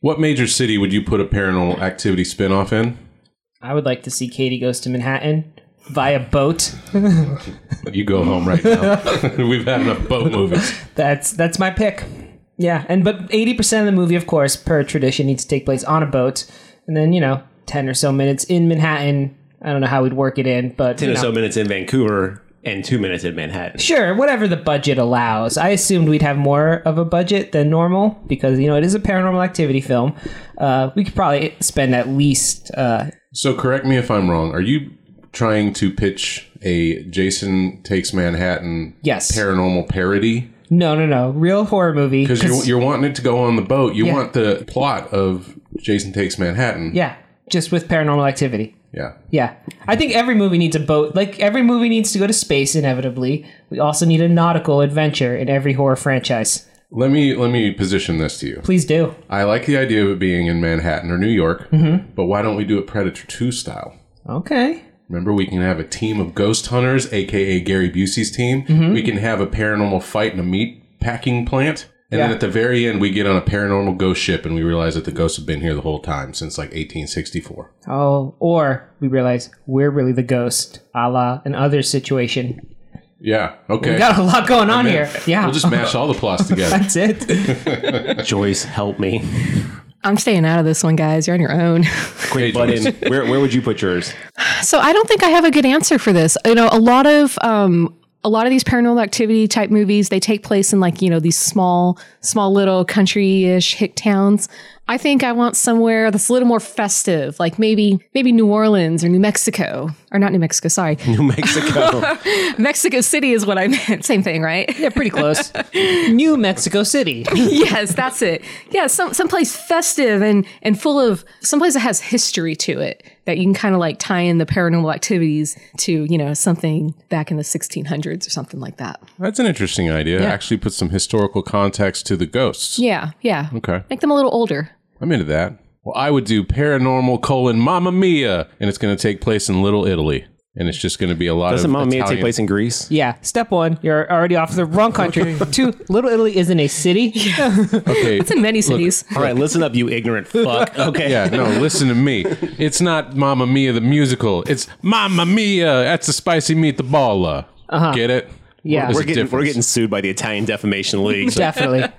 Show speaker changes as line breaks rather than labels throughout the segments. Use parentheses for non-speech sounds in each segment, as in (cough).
What major city would you put a paranormal activity spinoff in?
I would like to see Katie goes to Manhattan via boat.
You go home right now. (laughs) We've had enough boat movies.
That's that's my pick. Yeah, and but eighty percent of the movie, of course, per tradition, needs to take place on a boat, and then you know ten or so minutes in Manhattan. I don't know how we'd work it in, but
Ten
you
or
know.
so minutes in Vancouver and two minutes in Manhattan.
Sure, whatever the budget allows. I assumed we'd have more of a budget than normal because you know it is a paranormal activity film. Uh, we could probably spend at least uh,
So correct me if I'm wrong. Are you trying to pitch a Jason Takes Manhattan
yes,
paranormal parody?
no, no, no, real horror movie.
Because you're, you're wanting it to go on the boat. You
Yeah.
want the plot of Jason Takes Manhattan.
yeah, just with paranormal activity.
Yeah.
Yeah, I think every movie needs a boat. Like every movie needs to go to space inevitably. We also need a nautical adventure in every horror franchise.
Let me let me position this to you.
Please do.
I like the idea of it being in Manhattan or New York,
Mm-hmm.
but why don't we do it Predator 2 style?
Okay.
Remember, we can have a team of ghost hunters, aka Gary Busey's team. We can have a paranormal fight in a meat packing plant. And then
Yeah.
at the very end, we get on a paranormal ghost ship and we realize that the ghosts have been here the whole time since like 1864.
Oh, or we realize we're really the ghost, a la an other situation.
Yeah. Okay.
We got a lot going on here. Yeah.
We'll
(laughs)
just mash all the plots together.
That's it.
Joyce, help me.
I'm staying out of this one, guys. You're on your own. (laughs)
Quick button. (laughs) Where, where would you put yours?
So I don't think I have a good answer for this. You know, a lot of um, a lot of these paranormal activity type movies they take place in like you know these small, small little country-ish hick towns. I think I want somewhere that's a little more festive, like maybe maybe New Orleans or New Mexico, or not New Mexico. Sorry,
New (laughs) (laughs) Mexico.
Mexico City is what I meant. (laughs) Same thing, right?
Yeah,
(laughs)
pretty close. New Mexico City.
yes, that's it. Yeah, some someplace festive and and full of someplace that has history to it that you can kind of like tie in the paranormal activities to you know something back in the 1600s or something like that.
That's an interesting idea. Actually, put some historical context to the ghosts.
Yeah, yeah.
Okay.
Make them a little older.
I'm into that. Well, I would do paranormal colon Mamma Mia, and it's going to take place in Little Italy, and it's just going to be a lot
Doesn't
of
Mamma Mia take
Italian-
place in Greece?
Yeah. Step one, you're already off the
(laughs)
wrong country. Two, Little Italy isn't a city.
Okay,
It's in many cities.
All right, listen up, you (laughs) ignorant fuck. Okay.
yeah,
(laughs)
no, listen to me. It's not Mamma Mia the musical. It's Mamma Mia. That's the spicy meatballa. Uh-huh. Get it?
Yeah.
What is
We're
the
getting, we're
difference?
getting sued by the Italian Defamation (laughs) League. So
Definitely.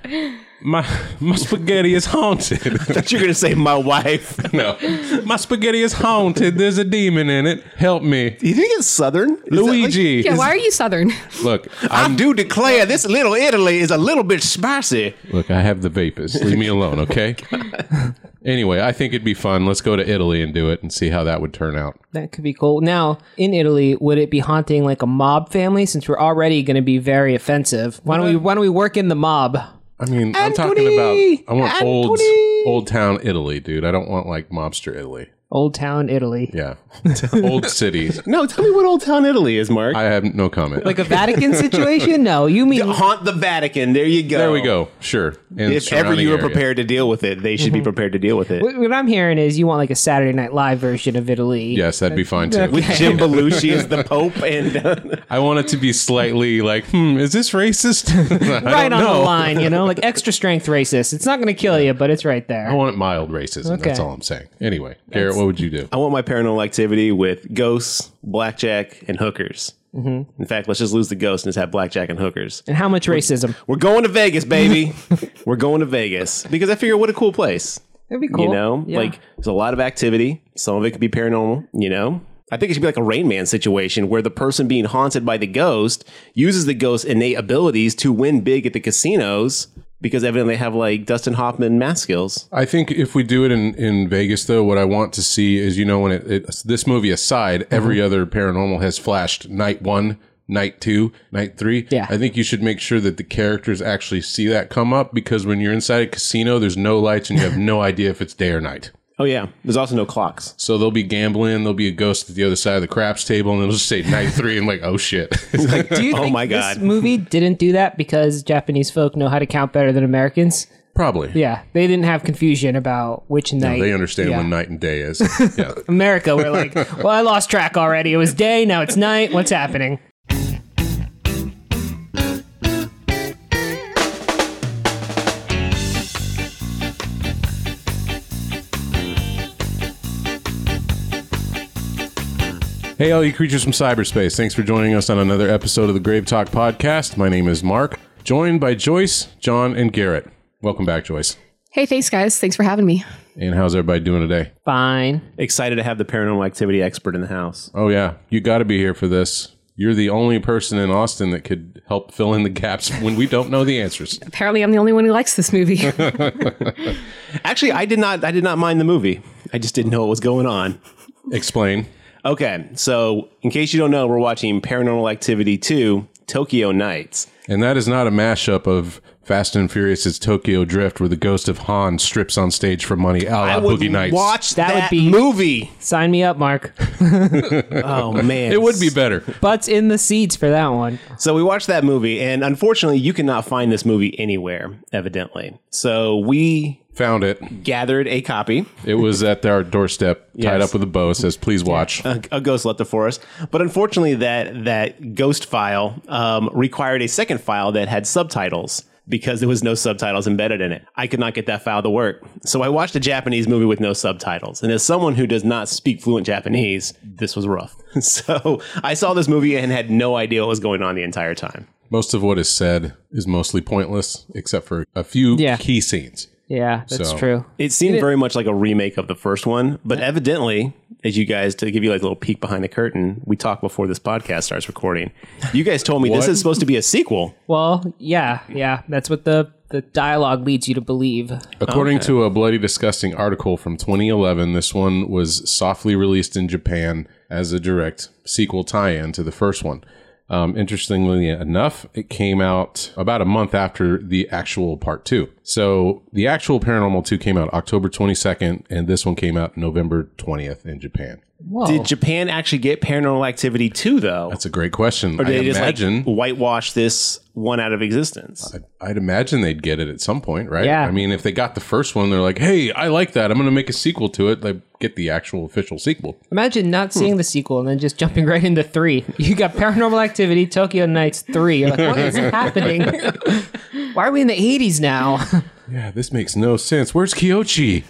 my my spaghetti is haunted. (laughs)
you're going to say my wife.
no, my spaghetti is haunted. There's a demon in it. Help me,
Do (laughs) you think it's Southern? Is that like-
Luigi.
Yeah, why are you Southern?
Look,
I
I'm
do declare this little Italy is a little bit spicy.
Look, I have the vapors. Leave me alone,
(laughs)
okay? anyway, I think it'd be fun. Let's go to Italy and do it and see how that would turn out.
That could be cool. Now, in Italy, would it be haunting like a mob family? Since we're already going to be very offensive, why don't we why don't we work in the mob?
I mean, I'm talking about I want old old town Italy, dude. I don't want like mobster Italy.
Old Town Italy, (laughs)
Yeah. old cities.
No, tell me what Old Town Italy is, Mark.
I have no comment.
like a
(laughs)
Vatican situation? No, you mean
Haunt the Vatican. There you go.
there we
oh.
go. Sure. And
If ever
surrounding
you were
area.
prepared to deal with it, they should be prepared to deal with it.
what what I'm hearing is you want like a Saturday Night Live version of Italy.
Yes, that'd be fine too.
With Jim Belushi as (laughs) the Pope, and uh,
I want it to be slightly like, hmm, is this racist? (laughs) I
right
don't
on
know.
the line. You know, like extra strength racist. It's not going to kill you, but it's right
I
there.
want mild racism. That's
Okay.
all I'm saying. Anyway, Garrett, what would you do?
(laughs) I want my paranormal activity with ghosts, blackjack, and hookers. In fact, let's just lose the ghosts and just have blackjack and hookers.
And how much racism?
We're going to Vegas, (laughs) baby. We're going to Vegas because I figure what a cool place.
That'd be cool.
You know,
Yeah.
like there's a lot of activity. Some of it could be paranormal. You know, I think it should be like a Rain Man situation where the person being haunted by the ghost uses the ghost's innate abilities to win big at the casinos because evidently they have like Dustin Hoffman math skills.
I think if we do it in, in Vegas, though, what I want to see is, you know, when it, it this movie aside,
Mm-hmm.
every other paranormal has flashed night one, night two, night three.
Yeah.
I think you should make sure that the characters actually see that come up because when you're inside a casino, there's no lights and
(laughs)
you have no idea if it's day or night.
Oh yeah, there's also no clocks.
So they'll be gambling, there'll be a ghost at the other side of the craps table, and it'll just say night three. And like, oh
(laughs)
shit. (laughs) It's like,
Do you
(laughs) Oh
think
my
this
God.
movie didn't do that because Japanese folk know how to count better than Americans?
Probably.
Yeah, they didn't have confusion about which night.
They understand
Yeah.
when night and day
(laughs)
is. Yeah.
America, we're like, well, I lost track already. It was day, now it's night. What's happening?
Hey, all you creatures from cyberspace, thanks for joining us on another episode of the Grave Talk Podcast. My name is Mark, joined by Joyce, John, and Garrett. Welcome back, Joyce.
Hey, thanks, guys. Thanks for having me.
And how's everybody doing today?
Fine.
Excited to have the paranormal activity expert in the house.
Oh, yeah, you got to be here for this. You're the only person in Austin that could help fill in the gaps when we don't know the answers.
Apparently, I'm the only one who likes this movie.
(laughs) Actually, I did not. I did not mind the movie. I just didn't know what was going on.
Explain.
Okay, so in case you don't know, we're watching Paranormal Activity 2 Tokyo Nights.
And that is not a mashup of Fast and Furious' Tokyo Drift, where the ghost of Han strips on stage for money a la Ah, Boogie Nights.
watch that,
That would be-
movie.
Sign me up, Mark.
(laughs) Oh, man.
it would be better.
Butts in the seats for that one.
So we watched that movie, and unfortunately, you cannot find this movie anywhere, evidently. So we
Found it.
gathered a copy.
It was at our doorstep, tied
(laughs) Yes.
up with a bow. It says, "Please watch."
a, a ghost left it for us. But unfortunately, that that ghost file um, required a second file that had subtitles because there was no subtitles embedded in it. I could not get that file to work, so I watched a Japanese movie with no subtitles. And as someone who does not speak fluent Japanese, this was rough. (laughs) so I saw this movie and had no idea what was going on the entire time.
Most of what is said is mostly pointless, except for a few
Yeah.
key scenes.
Yeah, that's
So-
true.
It seemed very much like a remake of the first one, but evidently, as you guys to give you like a little peek behind the curtain, we talked before this podcast starts recording. You guys told me this
What?
is supposed to be a sequel.
Well, yeah, yeah. That's what the, the dialogue leads you to believe.
According to a bloody disgusting article from 2011, this one was softly released in Japan as a direct sequel tie-in to the first one. Um, interestingly enough, it came out about a month after the actual part two. So the actual Paranormal Two came out October 22nd, and this one came out November 20th in Japan.
Whoa.
Did Japan actually get Paranormal Activity 2, though?
Oh. That's a great question.
Or
I
did they just
imagine.
like whitewash this one out of existence?
I'd imagine they'd get it at some point, right?
Yeah.
I mean, if they got the first one, they're like, "Hey, I like that. I'm going to make a sequel to it." They get the actual official sequel.
Imagine not seeing the sequel and then just jumping right into three. You got Paranormal Activity, Tokyo Nights 3. You're like, what is happening? (laughs) Why are we in the 80s now? (laughs)
Yeah, this makes no sense. Where's Kyochi?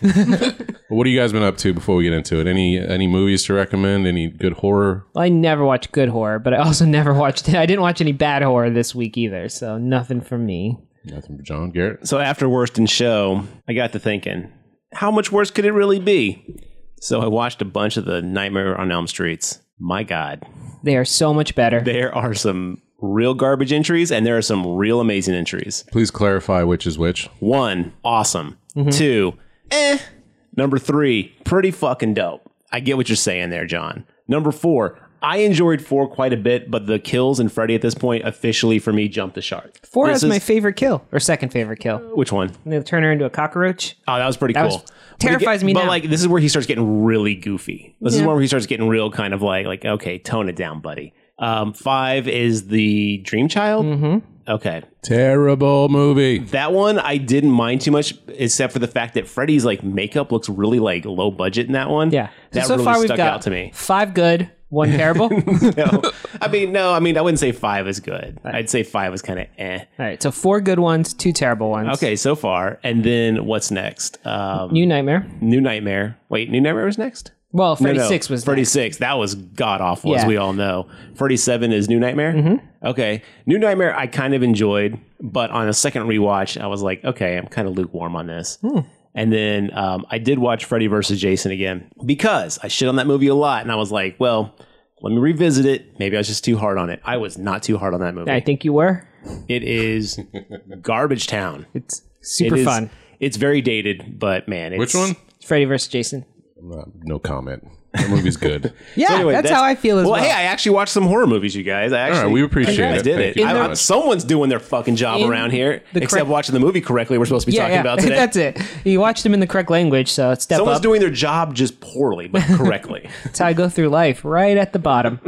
what have you guys been up to before we get into it? Any any movies to recommend? Any good horror?
Well, I never watch good horror, but I also never watched. (laughs) I didn't watch any bad horror this week either, so nothing for me.
Nothing for John Garrett.
So after Worst in Show, I got to thinking, how much worse could it really be? So I watched a bunch of the Nightmare on Elm Streets. My God,
They are so much better.
there are some real garbage entries and there are some real amazing entries.
Please clarify which is which.
One, awesome.
Mm-hmm.
Two, eh. Number three, pretty fucking dope. I get what you're saying there, John. Number four, I enjoyed four quite a bit, but the kills and Freddy at this point officially for me jumped the shark.
Four
This
is my
is-
favorite kill or second favorite kill.
Which one?
And they turn her into a cockroach.
Oh, that was pretty
That was-
cool. But
terrifies
aga-
me
But
now.
like, this is where he starts getting really goofy. This is where he starts getting real kind of like, like, okay, tone it down, buddy. Um, five is the Dream Child. Mm-hmm. Okay,
Terrible movie.
That one I didn't mind too much, except for the fact that Freddy's like makeup looks really like low budget in that one.
Yeah,
that
so
really
far we've
stuck
got
out
(laughs)
to me. (laughs)
five good, one terrible. All
No, I mean, no, I mean, I wouldn't say five is good. I'd say five is kind of eh.
right, so four good ones, two terrible ones.
Okay, so far, and then what's next? Um,
New Nightmare.
New Nightmare. Wait, New Nightmare was next.
Well, Freddy
No, no,
Six was
Freddy
next.
Six. That was god awful, as
Yeah. Mm-hmm.
we all know. Freddy Seven is New Nightmare. Okay, New Nightmare. I kind of enjoyed, but on a second rewatch, I was like, okay, I'm kind of lukewarm on this.
Hmm.
And then um, I did watch Freddy versus Jason again because I shit on that movie a lot, and I was like, well, let me revisit it. Maybe I was just too hard on it. I was not too hard on that movie.
I think you were.
It is
(laughs)
Garbage Town.
It's
It
super
is-
fun.
It's very dated, but man, it's,
Which one?
Freddy versus Jason.
Uh, no comment. The movie's good.
Yeah,
So anyway,
that's, how I feel as well.
well, hey, I actually watched some horror movies, you guys. I actually,
right, we appreciate
you guys
it.
Did
Thank
it?
you
I-
very
I-
much.
someone's doing their fucking job
In
around here,
the
except
correct-
watching the movie correctly. We're supposed to be
yeah,
talking
yeah. (laughs)
about today.
that's it. You watched him in the correct language, so step
Someone's
up.
doing their job just poorly,
(laughs)
but correctly.
that's how I go through life, right at the bottom.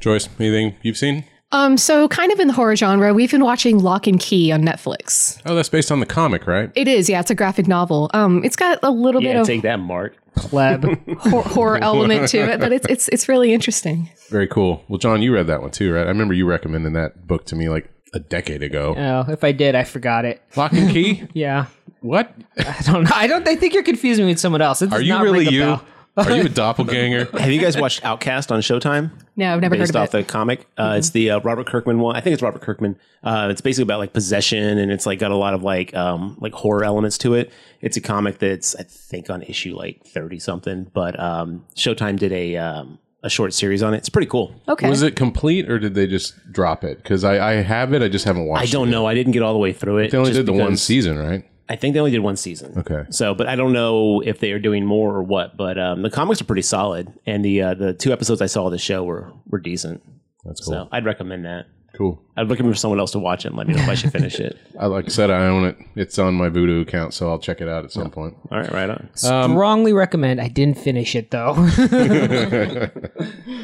Joyce, anything you've seen?
um, so kind of in the horror genre, we've been watching Lock and Key on Netflix.
Oh, that's based on the comic, right?
It is, yeah, it's a graphic novel. Um, it's got a little
yeah,
bit
take
(laughs)
that, Mark.
Pleb.
(laughs)
of hor- horror element to it, but it's it's it's really interesting.
Very cool. Well, John, you read that one too, right? I remember you recommending that book to me like a decade ago.
Oh, if I did, I forgot it.
Lock and Key.
Yeah,
what?
I don't know. I don't. I think you're confusing me with someone else. It does
Are you
not
really
ring a
you?
bell.
Are you a doppelganger?
Have you guys watched Outcast on Showtime?
No, I've never heard
based
of
off
it. Mm-hmm.
the comic. Uh, It's the uh, Robert Kirkman one. I think it's Robert Kirkman. Uh, it's basically about like possession, and it's like got a lot of like um, like horror elements to it. It's a comic that's I think on issue like thirty something, but um, Showtime did a um, a short series on it. It's pretty cool.
okay.
Was it complete or did they just drop it? Because I, I have it, I just haven't watched.
I don't know. I didn't get all the way through it.
It. They only
just
did the one
because-
season, right?
I think they only did one season.
Okay.
So, but I don't know if they are doing more or what. But um, the comics are pretty solid, and the uh, the two episodes I saw of the show were were decent.
That's cool.
So I'd recommend that.
Cool.
I'd recommend for someone else to watch it. and Let me know if I should finish it.
I like I said, I own it. It's on my Voodoo account, so I'll check it out at some point.
All right, right on.
Um,
Strongly recommend. I didn't finish it though. (laughs)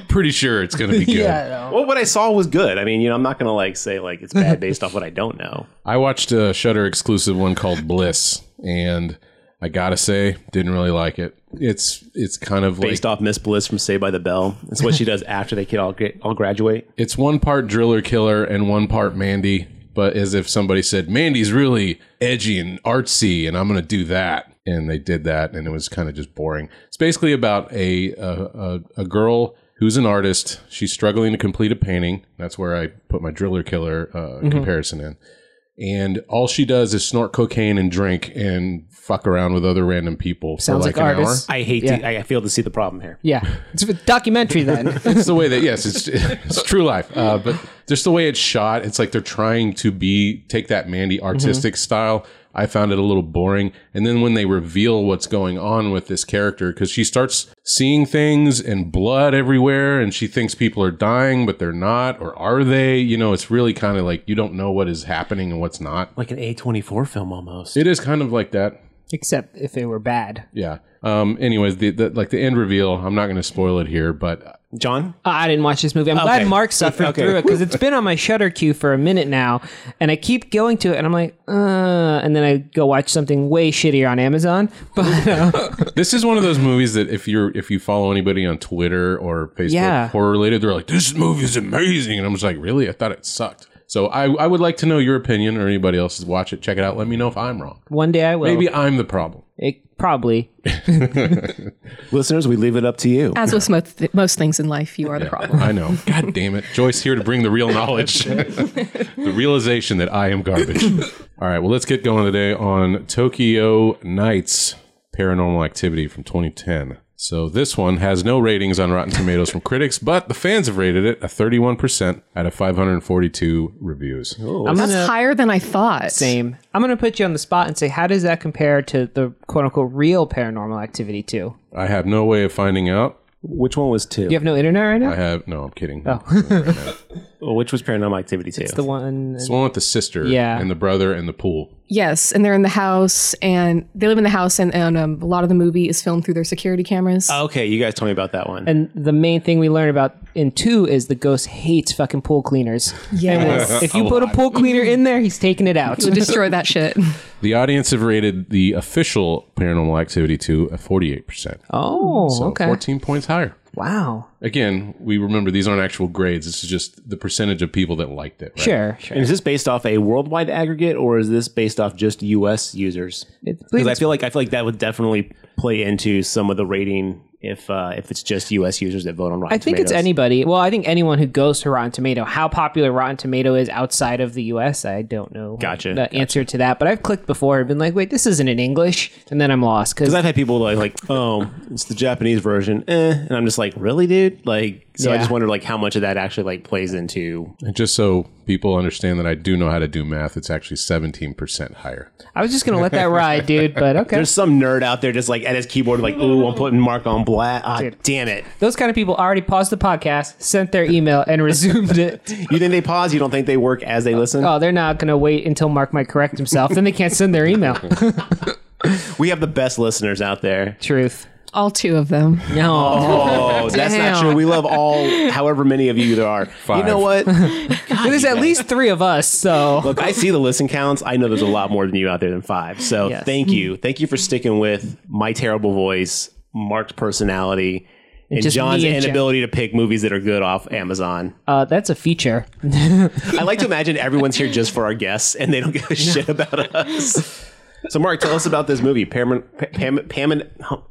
Pretty sure it's going to be good.
no.
Well, what I saw was good. I mean, you know, I'm not gonna like say like
(laughs)
it's bad based off what I don't know.
I watched a Shutter exclusive one called Bliss, and I gotta say, didn't really like it. It's it's kind of like
Based off Miss Bliss from Saved by the Bell. It's what
(laughs)
she does after they kid all get all graduate.
it's one part driller killer and one part Mandy, but as if somebody said Mandy's really edgy and artsy, and I'm gonna do that, and they did that, and it was kind of just boring. It's basically about a a, a, a girl. Who's an artist? She's struggling to complete a painting. That's where I put my driller killer uh,
Mm-hmm.
comparison in. and all she does is snort cocaine and drink and fuck around with other random people
Sounds
for like,
like
an
artists.
hour.
I hate to. I feel to see the problem here.
Yeah, it's a documentary then. (laughs)
It's the way that yes, it's it's true life, uh, but just the way it's shot, it's like they're trying to be take that Mandy artistic style. I found it a little boring, and then when they reveal what's going on with this character, because she starts seeing things and blood everywhere, and she thinks people are dying, but they're not, or are they? You know, it's really kind of like you don't know what is happening and what's not.
Like an A24 film almost.
It is kind of like that.
Except if it were bad.
Yeah. Um. Anyways, the, the like the end reveal. I'm not going to spoil it here, but
John,
I didn't watch this movie. I'm
Okay.
glad Mark suffered
Okay.
through it because it's been on my shutter queue for a minute now, and I keep going to it, and I'm like, uh, and then I go watch something way shittier on Amazon. (laughs) But uh,
this is one of those movies that if you're if you follow anybody on Twitter or Facebook
Yeah.
horror related, they're like, "This movie is amazing," and I'm just like, "Really? I thought it sucked." So I I would like to know your opinion or anybody else's. Watch it, check it out. Let me know if I'm wrong.
one day I will.
Maybe I'm the problem.
It, probably.
listeners, we leave it up to you.
As with most, most things in life, you are the problem.
(laughs) I know. God damn it. Joyce here to bring the real knowledge. the realization that I am garbage. All right, well, let's get going today on Tokyo Nights Paranormal Activity from 2010. So this one has no ratings on Rotten Tomatoes from critics, but the fans have rated it a 31% out of 542 reviews.
I'm
That's
gonna
higher than I thought.
same. I'm gonna put you on the spot and say, how does that compare to the quote unquote real Paranormal Activity two?
I have no way of finding out.
Which one was two?
You have no internet right now.
I have no, I'm kidding.
Well, Which was Paranormal Activity two?
It's the one.
It's the one with the sister
Yeah.
and the brother and the pool.
Yes, and they're in the house, and they live in the house, and, and um, a lot of the movie is filmed through their security cameras.
okay, you guys told me about that one.
And the main thing we learn about in two is the ghost hates fucking pool cleaners.
(laughs)
yes.
If you put a pool cleaner in there, he's taking it out.
to destroy that shit.
The audience have rated the official Paranormal Activity to a 48%.
Oh,
So
okay.
14 points higher.
Wow.
Again, we remember these aren't actual grades. This is just the percentage of people that liked it. Right?
Sure, sure.
And is this based off a worldwide aggregate, or is this based off just U.S. users?
It's-
Because I feel like I feel like that would definitely play into some of the rating if uh, if it's just U.S. users that vote on Rotten.
I think it's
Tomatoes.
anybody. Well, I think anyone who goes to Rotten Tomato. How popular Rotten Tomato is outside of the U.S., I don't know.
Gotcha,
The
gotcha.
answer to that, but I've clicked before and been like, "Wait, this isn't in English," and then I'm lost because
Because I've had people like, like, oh, it's the Japanese version, eh, and I'm just like, really, dude? Like, so I
Yeah.
just wonder like how much of that actually like plays into.
And just so people understand that I do know how to do math, it's actually 17% higher.
I was just gonna let
(laughs)
that ride, dude. But okay,
There's some nerd out there just like at his keyboard, like, ooh, I'm putting Mark on black. Ah,
Dude.
damn it!
those kind of people already paused the podcast, sent their email, and resumed it.
You think they pause? You don't think they work as they listen?
Oh, they're not gonna wait until Mark might correct himself. Then they can't send their
(laughs)
email.
We have the best listeners
(laughs)
out there.
Truth.
All two of them.
No,
Oh, that's not
Damn.
true. We love all, however many of you there are. You know what?
there's at least three of us. So
Look, I see the listen counts. I know there's a lot more than you out there than five. So
Yes.
thank you, thank you for sticking with my terrible voice, Mark's personality, and
Just me
John's
and Jeff.
inability to pick movies that are good off Amazon.
uh, that's a feature. (laughs)
I like to imagine everyone's here just for our guests, and they don't give a shit about us. So, Mark, tell us about this movie, Param- Pa- Pam- Pam-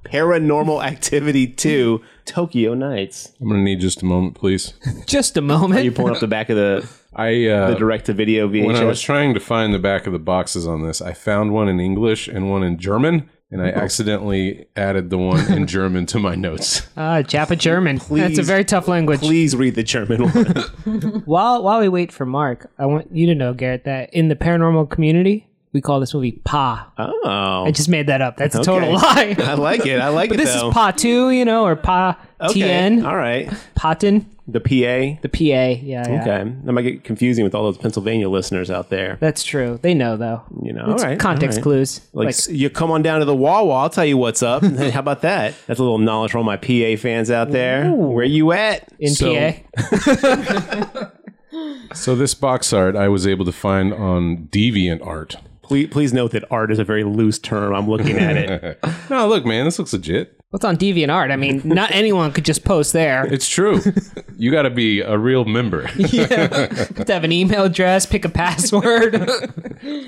Paranormal Activity 2, Tokyo Nights.
I'm gonna need just a moment, please.
Just a moment.
You pulling up the back of the,
I uh,
the direct to video
when I
VHS?
was trying to find the back of the boxes on this, I found one in English and one in German, and I
Oh.
accidentally added the one
(laughs)
in German to my notes.
Ah, Japa German. That's a
Please.
very tough language.
Please read the
(laughs)
German one.
While while we wait for Mark, I want you to know, Garrett, that in the paranormal community, we call this movie Pa.
oh.
I just made that up. That's a total lie.
Okay. (laughs) I like it. I like
But
it,
this
though.
is Pa Two, you know, or Pa
Okay. Uh,
TN,
All right.
Patin,
The PA.
the PA. Yeah, yeah.
Okay. That might get confusing with all those Pennsylvania listeners out there.
That's true. They know though.
You know, all
It's
right.
context
all right.
clues.
Like, s- you come on down to the Wawa, I'll tell you what's
(laughs)
up. How about that? That's a little knowledge for all my PA fans out there. Where you at?
in
so-
PA.
so this box art I was able to find on Deviant Art.
Please, please note that art is a very loose term. I'm looking
(laughs)
at it.
No, look, man, this looks legit.
What's on DeviantArt? I mean, (laughs) not anyone could just post there. (laughs)
It's true. you got to be a real member.
have to have an email address, pick a password.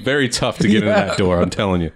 Very tough to get in that door. I'm telling you.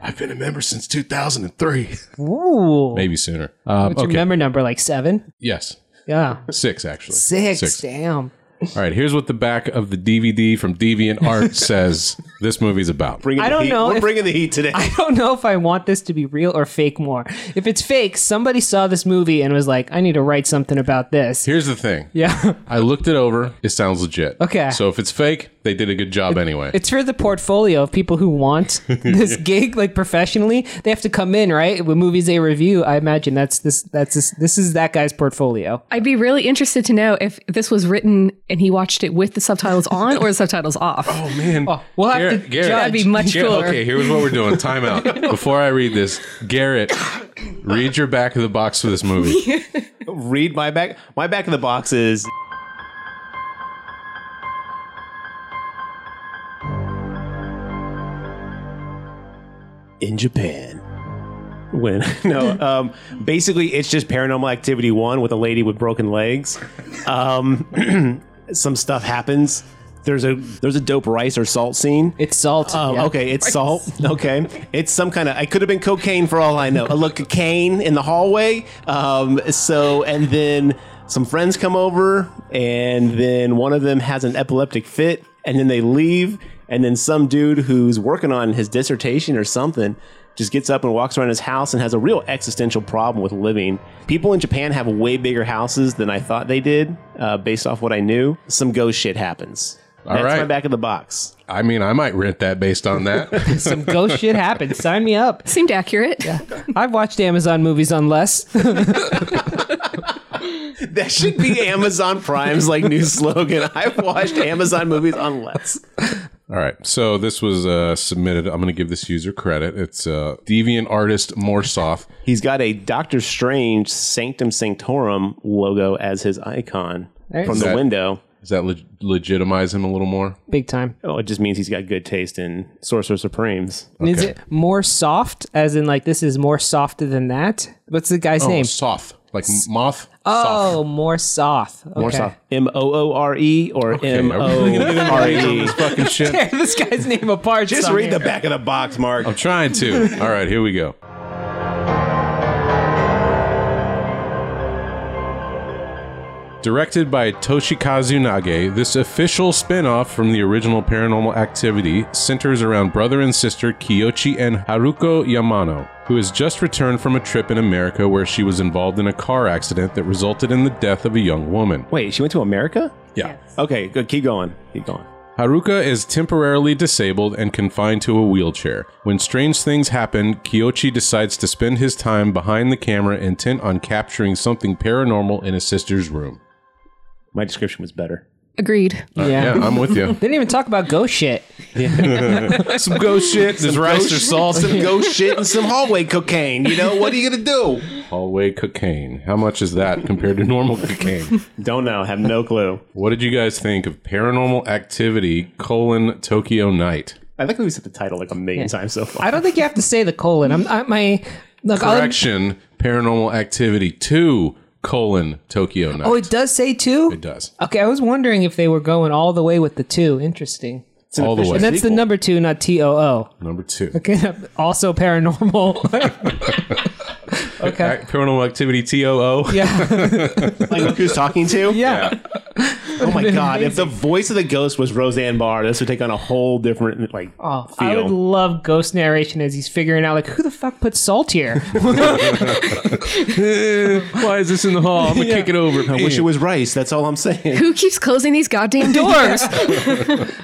I've been a member since 2003.
(laughs) Ooh.
Maybe sooner. Um, okay.
Your member number like seven?
yes.
Yeah.
Six actually.
Six. Damn.
All right. Here's what the back of the DVD from Deviant
(laughs)
Art says. This movie's about.
Bringing
I
the
don't
heat.
know
We're
if-
bringing the heat today.
I don't know if I want this to be real or fake more. If it's fake, somebody saw this movie and was like, I need to write something about this.
Here's the thing.
Yeah. (laughs)
I looked it over. It sounds legit.
Okay.
So if it's fake, they did a good job anyway.
It's for the portfolio of people who want this gig like professionally. They have to come in, right? With movies they review, I imagine that's this that's this, this is that guy's portfolio.
I'd be really interested to know if this was written and he watched it with the subtitles on or the subtitles off.
oh man.
we'll have to
That'd be much
Garrett,
cooler.
Okay, here's what we're
(laughs)
doing. Time out. Before I read this, Garrett, read your back of the box for this
(laughs)
movie.
Read my back. My back of the box is in Japan. When (laughs) no, um, basically it's just Paranormal Activity one with a lady with broken legs. Um, (clears throat) some stuff happens. There's a there's a dope rice or salt scene.
It's salt.
Oh,
Yeah.
okay. It's salt. Okay. It's some kind of. It could have been cocaine for all I know. A look of cane in the hallway. Um, so, and then some friends come over, and then one of them has an epileptic fit, and then they leave, and then some dude who's working on his dissertation or something just gets up and walks around his house and has a real existential problem with living. People in Japan have way bigger houses than I thought they did, uh, based off what I knew. Some ghost shit happens.
All
That's my
right.
back of the box.
I mean, I might rent that based on that.
Some ghost shit happened. Sign me up.
Seemed accurate.
I've watched Amazon movies on less. (laughs)
That should be Amazon Prime's like new slogan. (laughs) I've watched Amazon movies on less.
All right. So this was uh, submitted. I'm going to give this user credit. It's uh, Deviant Artist Morsoff.
He's got a Doctor Strange Sanctum Sanctorum logo as his icon
Nice.
from
Is
the
that-
window.
Does that leg- legitimize him a little more?
Big time.
Oh, it just means he's got good taste in Sorcerer Supremes.
Is it more soft, as in like this is more softer than that? What's the guy's
Oh,
name?
Soth. Like m- moth?
Oh, more soft. Okay.
Morsoff. M O O R E or M
are we
O R (laughs) E.
Fucking shit.
Tear (laughs) this guy's name apart.
Just
some
read the
here.
back of the box, Mark.
I'm trying to. All right, here we go. Directed by Toshikazu Nage, this official spin-off from the original Paranormal Activity centers around brother and sister Kiyoshi and Haruko Yamano, who has just returned from a trip in America where she was involved in a car accident that resulted in the death of a young woman.
Wait, she went to America?
Yeah.
Okay, good. Keep going. Keep going.
Haruka is temporarily disabled and confined to a wheelchair. When strange things happen, Kyochi decides to spend his time behind the camera intent on capturing something paranormal in his sister's room.
My description was better.
Agreed.
Yeah.
Yeah, I'm with (laughs) you.
They didn't even talk about ghost shit.
Some ghost shit, this rice or salt.
Some ghost shit and some hallway cocaine. You know, what are you going to do?
Hallway cocaine. How much is that compared to (laughs) normal cocaine?
Don't know. Have no clue.
What did you guys think of Paranormal Activity colon Tokyo Night?
I think we've said the title like a million times so far.
I don't think you have to say the colon. I'm I, my look. I'll-
Correction, Paranormal Activity 2 colon Tokyo Night.
oh, it does say two.
it does.
Okay, I was wondering if they were going all the way with the two. Interesting.
It's an
All the
official
way.
And that's the
sequel.
number two, not T O O. (laughs)
Number two.
Also paranormal. (laughs)
Ac- Paranormal Activity TOO.
yeah.
Like, look who's talking to?
Yeah. (laughs)
Oh my god! If the voice of the ghost was Roseanne Barr, this would take on a whole different like
Oh,
feel.
I would love ghost narration as he's figuring out, like, who the fuck put salt
(laughs)
here?
(laughs) Why is (laughs) this in the hall? I'm gonna kick it over.
I wish it was rice. That's all I'm saying.
Who keeps closing these goddamn doors?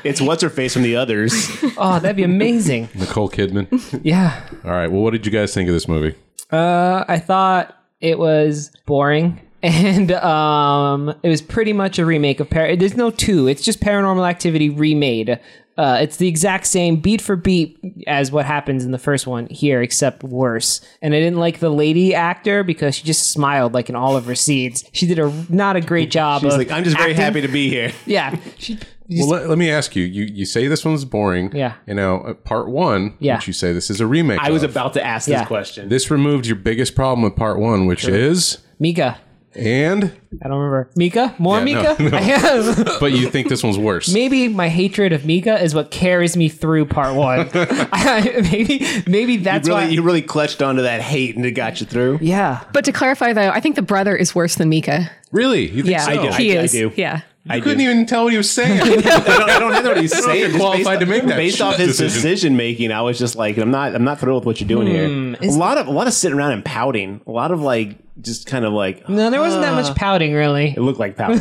It's what's her face from the others.
(laughs) oh, that'd be amazing.
Nicole Kidman.
Yeah.
All right. Well, what did you guys think of this movie?
Uh, I thought it was boring. (laughs) And um, it was pretty much a remake of Par. There's no two. It's just Paranormal Activity remade. Uh, it's the exact same beat for beat as what happens in the first one here, except worse. And I didn't like the lady actor because she just smiled like in all of her scenes. She did a not a great job.
(laughs) She's
of
like, I'm just very
acting.
happy to be here.
Yeah, she.
Well, let, let me ask you. You you say this one's boring.
Yeah.
You know, uh, part one.
Yeah.
Which you say this is a remake.
I was
of.
about to ask
Yeah.
this question.
This removed your biggest problem with part one, which is
Mika.
and.
I don't remember. Mika? More
Yeah,
Mika?
no, no.
(laughs) I have-
But you think this one's (laughs) worse?
maybe my hatred of Mika is what carries me through part one. (laughs) I- maybe maybe that's
You really,
why.
you really clutched onto that hate and it got you through.
yeah.
but to clarify, though, I think the brother is worse than Mika.
Really? You think
Yeah,
so?
do.
he
I- I
is.
do.
Yeah.
I
couldn't
do.
even tell what he was (laughs) saying.
I don't, I don't know
(laughs)
what he's
know if
saying.
you're
Just
qualified
based,
to make that
(laughs) based off his
decision.
decision making. I was just like, I'm not, I'm not thrilled with what you're doing
Hmm.
here. A lot of, a lot of sitting around and pouting. A lot of like, just kind of like,
No, there wasn't that much pouting, really.
it looked
(laughs)
like pouting.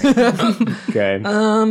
okay,
Um,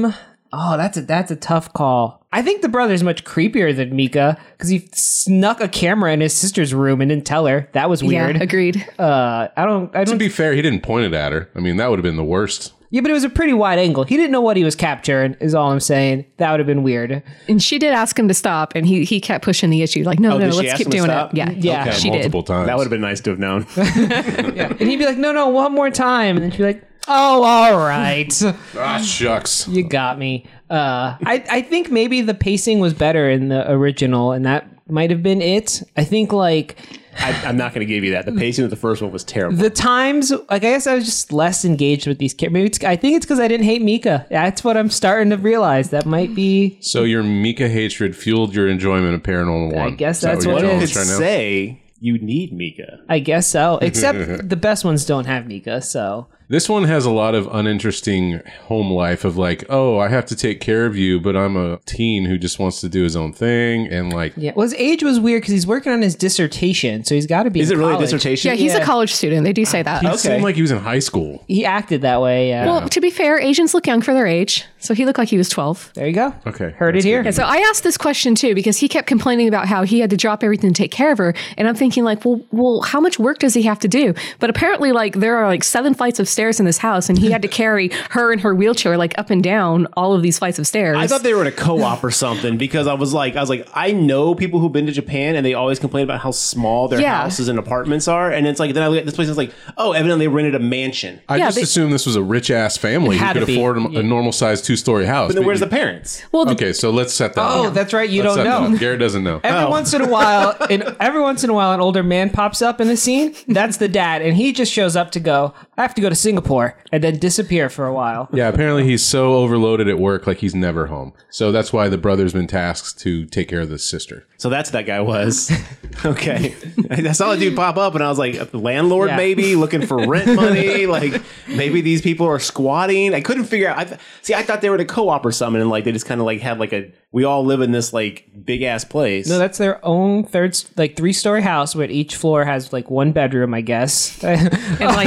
Oh, that's a that's a tough call. I think the brother's much creepier than Mika because he snuck a camera in his sister's room and didn't tell her. That was weird.
Yeah. Agreed.
Uh, I don't. I
to
don't.
be fair, he didn't point it at her. I mean, that would have been the worst.
yeah, but it was a pretty wide angle. He didn't know what he was capturing. Is all I'm saying. That would have been weird.
and she did ask him to stop, and he he kept pushing the issue. Like, no,
Oh,
no,
did she
let's
ask
keep
him to
doing it.
stop?
Yeah.
Yeah. Okay,
She did.
multiple times.
that would have been nice to have known. (laughs)
And he'd be like, no, no, one more time. And then she'd be like, oh, all right.
ah shucks.
you got me. Uh, I, I think maybe the pacing was better in the original, and that might have been it. I think, like,
I, I'm not going to give you that. The pacing of the first one was terrible.
the times, like, I guess I was just less engaged with these characters. Maybe it's, I think it's because I didn't hate Mika. That's what I'm starting to realize. That might be.
So your Mika hatred fueled your enjoyment of Paranormal One.
guess
Is that
that's
you're
what it
telling
could
is.
us right now?
say you need Mika.
I guess
(laughs)
so. Except the best ones don't have Mika, so.
This one has a lot of uninteresting home life of like, oh, I have to take care of you, but I'm a teen who just wants to do his own thing, and like,
Yeah. Well, his age was weird because he's working on his dissertation, so he's got to be.
Is
in
it really a
college.
dissertation?
Yeah, he's
Yeah.
a college student. They do say
Ah,
that.
it seemed
Okay.
like he was in high school.
He acted that way. Yeah.
Well, to be fair, Asians look young for their age. So he looked like he was 12.
there you go.
Okay,
Heard it
that's
here.
good.
So I asked this question too because he kept complaining about how he had to drop everything to take care of her, and I'm thinking like, well, well, how much work does he have to do? But apparently, like there are like seven flights of stairs in this house, and
(laughs)
he had to carry her in her wheelchair like up and down all of these flights of stairs.
I thought they were in a co-op or something because I was like, I was like, I know people who've been to Japan and they always complain about how small their
Yeah.
houses and apartments are, and it's like then I look at this place and it's like, oh, evidently they rented a mansion.
I
Yeah,
just
they-
assumed this was a rich ass family who
Had
could
to be.
afford a- a normal sized two story house.
But then
But
where's
you-
the parents?
well, the-
Okay, so let's set that.
Oh,
up.
that's right. You
Let's
don't
set that
know.
up. Garrett doesn't know.
Every once in a while, and every once in a while, an older man pops up in a scene. That's the dad, and he just shows up to go. I have to go to Singapore, and then disappear for a while.
Yeah, apparently he's so overloaded at work, like he's never home. So that's why the brother's been tasked to take care of the sister.
So that's what that guy was. (laughs) okay, I saw the dude pop up and I was like, landlord
Yeah.
maybe looking for (laughs) rent money. like maybe these people are squatting. I couldn't figure out. I th- see, I thought they were in a co-op or something, and like they just kind of like had like a we all live in this like big ass place.
So that's their own third, s- like three story house, where each floor has like one bedroom, I guess.
and like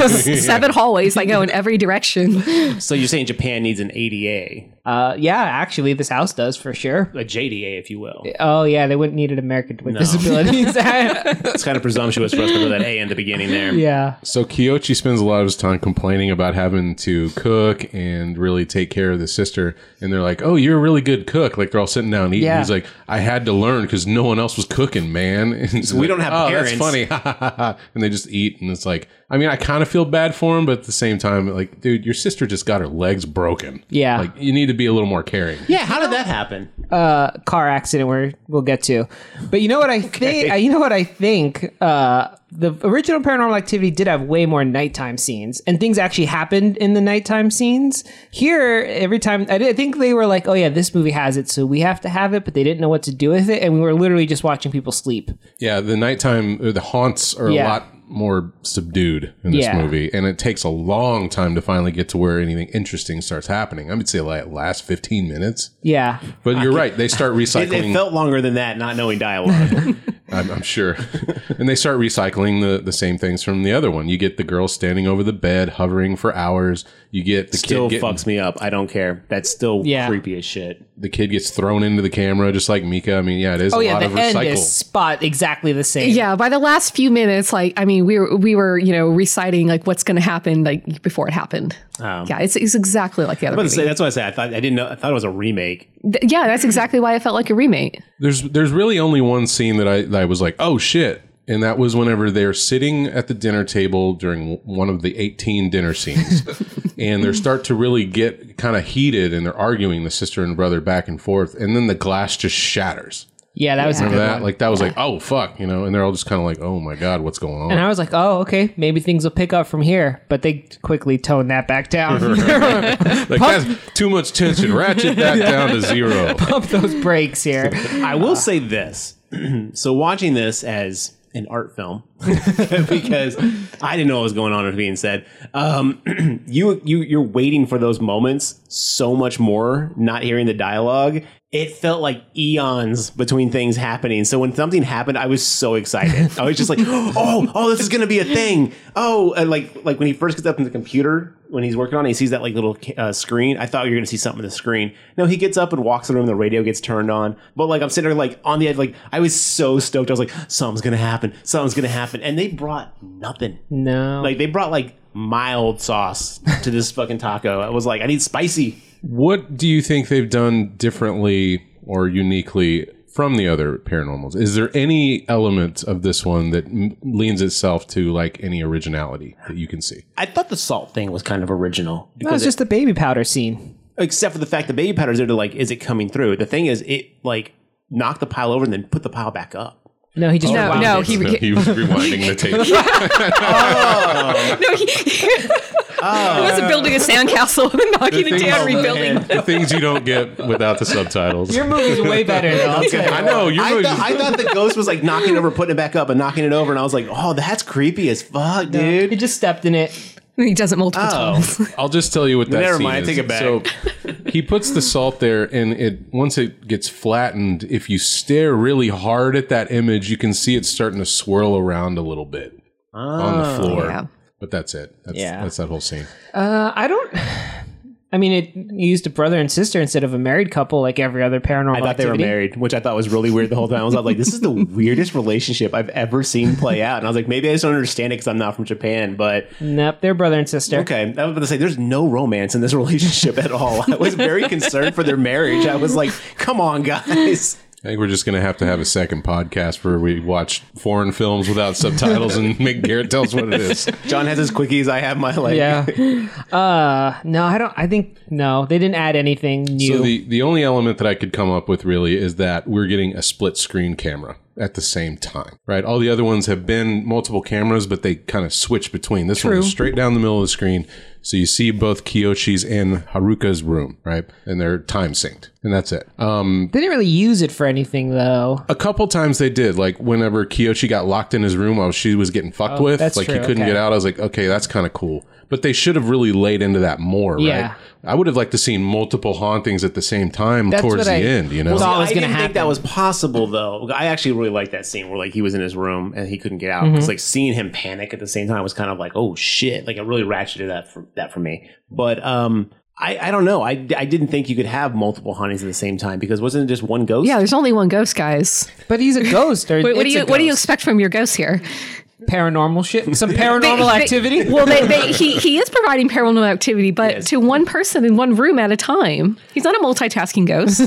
(laughs)
s- seven hallways that go in every direction.
so you're saying Japan needs an ADA?
uh, yeah, actually, this house does for sure.
a JDA, if you will.
Oh yeah, they wouldn't need an American with disabilities. (laughs)
It's kind of presumptuous for us to put that A in the beginning there.
yeah.
So Kyochi spends a lot of his time complaining about having to cook and really take care of the sister. And they're like, "Oh, you're a really good cook." Like they're all sitting down eating.
Yeah.
He's like, "I had to learn because no one else was cooking, man." (laughs) And so
we don't have
oh,
parents."
That's funny. (laughs) and they just eat, and it's like, I mean, I kind of feel bad for him, but at the same time, like, dude, your sister just got her legs broken.
Yeah.
like you need to be a little more caring.
Yeah, how did that happen?
car accident where we'll get to. But you know what I think? You know what I think? Uh, the original Paranormal Activity did have way more nighttime scenes, and things actually happened in the nighttime scenes. Here, every time I, did- I think they were like, "Oh yeah, this movie has it, so we have to have it," but they didn't know what to do with it, and we were literally just watching people sleep.
Yeah, the nighttime, or the haunts are
Yeah.
a lot more subdued in this
Yeah.
movie, and it takes a long time to finally get to where anything interesting starts happening. I would say like last fifteen minutes,
Yeah,
but you're right; they
(laughs)
start
It, it
recycling.
felt longer than that, not knowing (laughs) dialogue.
I'm, I'm sure, (laughs) and they start recycling the the same things from the other one. You get the girl standing over the bed, hovering for hours. You get the
still
kid getting,
fucks me up. I don't care. That's still
Yeah.
creepy as shit.
the kid gets thrown into the camera, just like Mika. I mean, yeah, it is
oh
a
yeah,
lot
the
of
end
recycle.
is spot exactly the same.
Yeah, by the last few minutes, like I mean, we were we were you know reciting like what's going to happen like before it happened. yeah, it's, it's exactly like the other
Um. I was
movie.
about to say, that's what I said. I thought I didn't know. I thought it was a remake.
Th- yeah, that's exactly why it felt like a remake.
There's there's really only one scene that I that I was like, oh shit, and that was whenever they're sitting at the dinner table during one of the 18 dinner scenes, and they start to really get kind of heated, and they're arguing the sister and brother back and forth, and then the glass just shatters.
yeah, that was a good
Remember that?
one.
Like that was like, oh fuck, you know, and they're all just kind of like, oh my god, what's going on?
And I was like, oh, okay, maybe things will pick up from here. But they quickly toned that back down.
(laughs)
(laughs)
like that's too much tension. Ratchet that down to zero.
Pump those brakes here.
I will say this. (clears throat) so watching this as an art film (laughs) because I didn't know what was going on. It was being said. Um, (clears throat) you you you're waiting for those moments so much more. Not hearing the dialogue, it felt like eons between things happening. So when something happened, I was so excited. I was just like, oh oh, this is gonna be a thing. Oh, and like like when he first gets up in the computer. When he's working on it, he sees that like little uh, screen. I thought you were going to see something on the screen. No, he gets up and walks in the room. The radio gets turned on. But like I'm sitting there like on the edge. Like I was so stoked. I was like, something's going to happen. Something's going to happen. And they brought nothing.
No.
Like they brought like mild sauce to this fucking taco. I was like, I need spicy.
What do you think they've done differently or uniquely from the other paranormals? Is there any element of this one that m- leans itself to like any originality that you can see?
I thought the salt thing was kind of original.
that was
Because it-
just the baby powder scene.
except for the fact the baby powder's there to like, is it coming through? The thing is, it like knocked the pile over and then put the pile back up.
No, he just
No,
rewound
no,
it.
he,
No,
(laughs)
he was rewinding the tape.
(laughs) no, he, (laughs)
Oh.
he wasn't building a sandcastle and
(laughs)
knocking it down, rebuilding.
the things you don't get without the subtitles.
(laughs) Your movie's way better. Though. I'll tell you
I
what.
know you're.
I, thought, I thought the ghost was like knocking it over, putting it back up, and knocking it over, and I was like, oh, that's creepy as fuck, dude.
He just stepped in it.
He does it multiple
Oh.
times.
I'll just tell you what that
Never
scene
mind,
is.
take it back. (laughs)
So he puts the salt there, and it once it gets flattened, if you stare really hard at that image, you can see it starting to swirl around a little bit on
Ah.
the floor.
Yeah.
But that's it. That's,
Yeah.
that's that whole scene.
Uh, I don't. (sighs) I mean, it used a brother and sister instead of a married couple, like every other paranormal.
I thought they were
activity.
married, which I thought was really weird the whole time. I was like, this is the weirdest relationship I've ever seen play out. And I was like, maybe I just don't understand it because I'm not from Japan, but
Nope, they're brother and sister.
Okay, I was about to say there's no romance in this (laughs) relationship at all. I was very concerned for their marriage. I was like, come on, guys.
I think we're just gonna have to have a second podcast where we watch foreign films without subtitles and (laughs) make Garrett tell us what it is.
John has his quickies. I have my
(laughs)
like.
Yeah. Uh, no, I don't. I think no, they didn't add anything new.
So the the only element that I could come up with really is that we're getting a split screen camera at the same time, right? All the other ones have been multiple cameras, but they kind of switch between. This one is straight down the middle of the screen, so you see both Kiyoshi's and Haruka's room, right? And they're time synced, and that's it. Um,
they didn't really use it for anything though.
a couple times they did, like whenever Kiyoshi got locked in his room while she was getting fucked with,
Oh, that's
like he
true,
couldn't
okay.
get out. I was like, okay, that's kind of cool. But they should have really laid into that more,
Yeah.
right? I would have liked to seen multiple hauntings at the same time
That's
towards
what
the
I-
end, you know?
Well,
I
always
didn't
gonna
think that
happen.
was possible though. I actually really liked that scene where like he was in his room and he couldn't get
Mm-hmm.
out. It's like seeing him panic at the same time was kind of like, oh shit! Like it really ratcheted that for that for me. But um, I I don't know. I I didn't think you could have multiple hauntings at the same time because wasn't it just one ghost?
Yeah, there's only one ghost, guys.
But he's a ghost. Or
Wait, what
it's
do
a
you what do you
ghost.
expect from your ghost here?
Paranormal shit. Some
They-
paranormal
they-
activity.
well, they,
(laughs)
they, he he is providing paranormal activity, but to one person in one room at a time. He's not a multitasking ghost.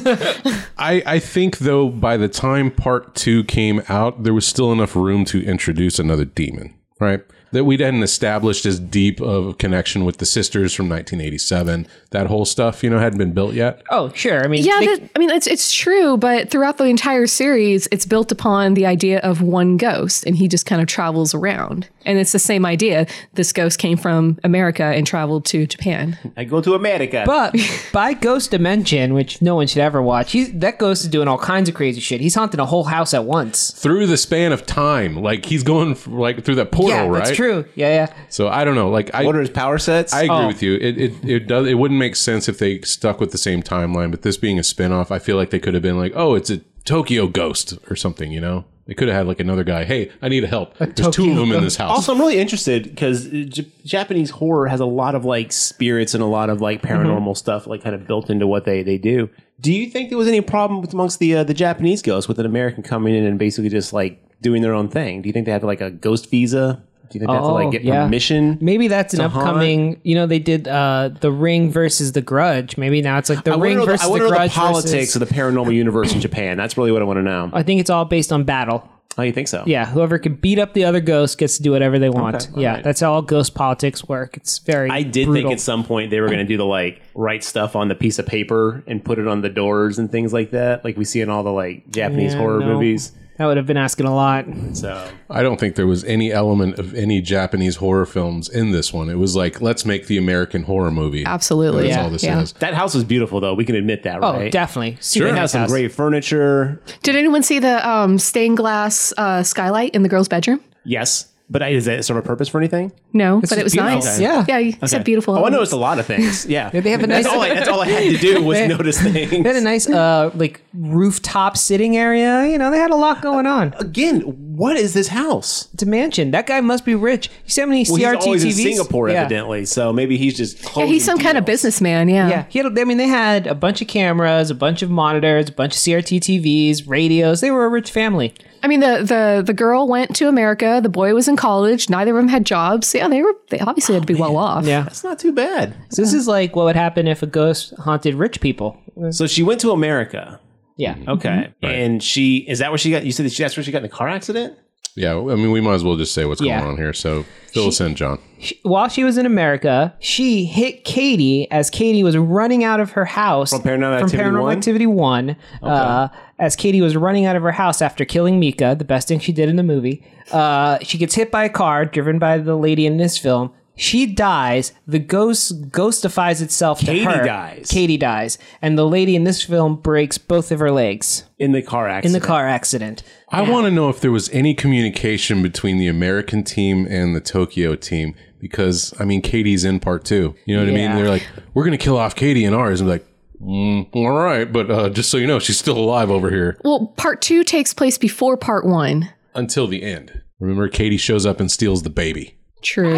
I, I think though by the time part two came out, there was still enough room to introduce another demon. right? That we hadn't established as deep of a connection with the sisters from 1987. That whole stuff, you know, hadn't been built yet.
(laughs) Oh, sure. I mean,
Yeah,
they-
that, I mean it's it's true, but throughout the entire series, it's built upon the idea of one ghost, and he just kind of travels around, and it's the same idea. This ghost came from America and traveled to Japan.
I go to America.
(laughs) But by Ghost Dimension, which no one should ever watch, he's, that ghost is doing all kinds of crazy shit. He's haunting a whole house at once.
Through the span of time, like he's going f- like through that portal,
yeah,
right?
that's true. Yeah, yeah.
So I don't know. Like I,
what are his power sets?
I agree with you. It, it it does. It wouldn't make sense if they stuck with the same timeline. But this being a spinoff, I feel like they could have been like, oh, it's a Tokyo Ghost or something. You know, they could have had like another guy. Hey, I need help. There's two of them in this house.
also, I'm really interested because J- Japanese horror has a lot of like spirits and a lot of like
Mm-hmm.
paranormal stuff, like kind of built into what they they do. Do you think there was any problem with amongst the uh, the Japanese ghosts with an American coming in and basically just like doing their own thing? Do you think they have like a ghost visa? Do you think they have to
Oh,
like get
yeah.
permission?
Maybe that's an
To haunt.
upcoming. You know, they did uh, the Ring versus the Grudge. Maybe now it's like the
I
Ring
wonder, the,
versus
I wonder
the
the,
Grudge.
politics
versus-
of the paranormal universe in Japan. That's really what I want to know.
(laughs) I think it's all based on battle.
Oh, you think so?
Yeah, whoever can beat up the other ghost gets to do whatever they want.
Okay, all
yeah,
right.
that's how all ghost politics work. It's very.
I did
brutal.
think at some point they were going to do the like write stuff on the piece of paper and put it on the doors and things like that, like we see in all the like Japanese
Yeah,
horror
no.
movies.
That would have been asking a lot.
So
I don't think there was any element of any Japanese horror films in this one. It was like, let's make the American horror movie.
Absolutely,
That's
Yeah,
all this
yeah.
is.
that house was beautiful, though. We can admit that,
Oh,
right?
definitely.
It
Super
had
nice
some
house.
great furniture.
Did anyone see the um, stained glass uh, skylight in the girl's bedroom?
Yes, but I, is that serve a purpose for anything?
No, but it was
just beautiful.
nice.
Okay. Yeah.
yeah, you said beautiful.
Oh, I noticed a lot of
(laughs)
things. Yeah,
they have a nice-
that's All I, that's all I had to do was notice
(laughs)
things.
They had a nice, uh, like rooftop sitting area. You know, they had a lot going on.
Again, what is this house?
It's a mansion. That guy must be rich. You see how many
Well,
CRT
he's always
TVs?
in Singapore,
yeah.
evidently. So maybe he's just
Yeah, he's some kind of
business.
businessman. Yeah.
Yeah, he had, I mean, they had a bunch of cameras, a bunch of monitors, a bunch of CRT TVs, radios. They were a rich family.
I mean the the the girl went to America. The boy was in college. Neither of them had jobs. Yeah, they were they obviously had to be well off.
Yeah.
That's not too bad.
So this is like what would happen if a ghost haunted rich people.
So she went to America.
Yeah.
Okay. Mm-hmm. And she is that where she got you said that she that's where she got in the car accident?
Yeah, I mean, we might as well just say what's
Yeah.
going on here. So fill us in, John.
She- while she was in America, she hit Katie as Katie was running out of her house from
Paranormal Activity
Paranormal
1?
Activity One. uh, as Katie was running out of her house after killing Mika, the best thing she did in the movie. Uh, she gets hit by a car driven by the lady in this film. She dies. The ghost ghostifies itself
Katie
to her.
dies.
Katie dies, and the lady in this film breaks both of her legs
In the car
in
accident.
the car accident.
I want to know if there was any communication between the American team and the Tokyo team because I mean, Katie's in part two. You know what I
Yeah.
mean? They're like, we're gonna kill off Katie and ours, and be like, mm, all right, but uh, just so you know, she's still alive over here
Well, part two takes place before part one.
until the end. Remember, Katie shows up and steals the baby.
True.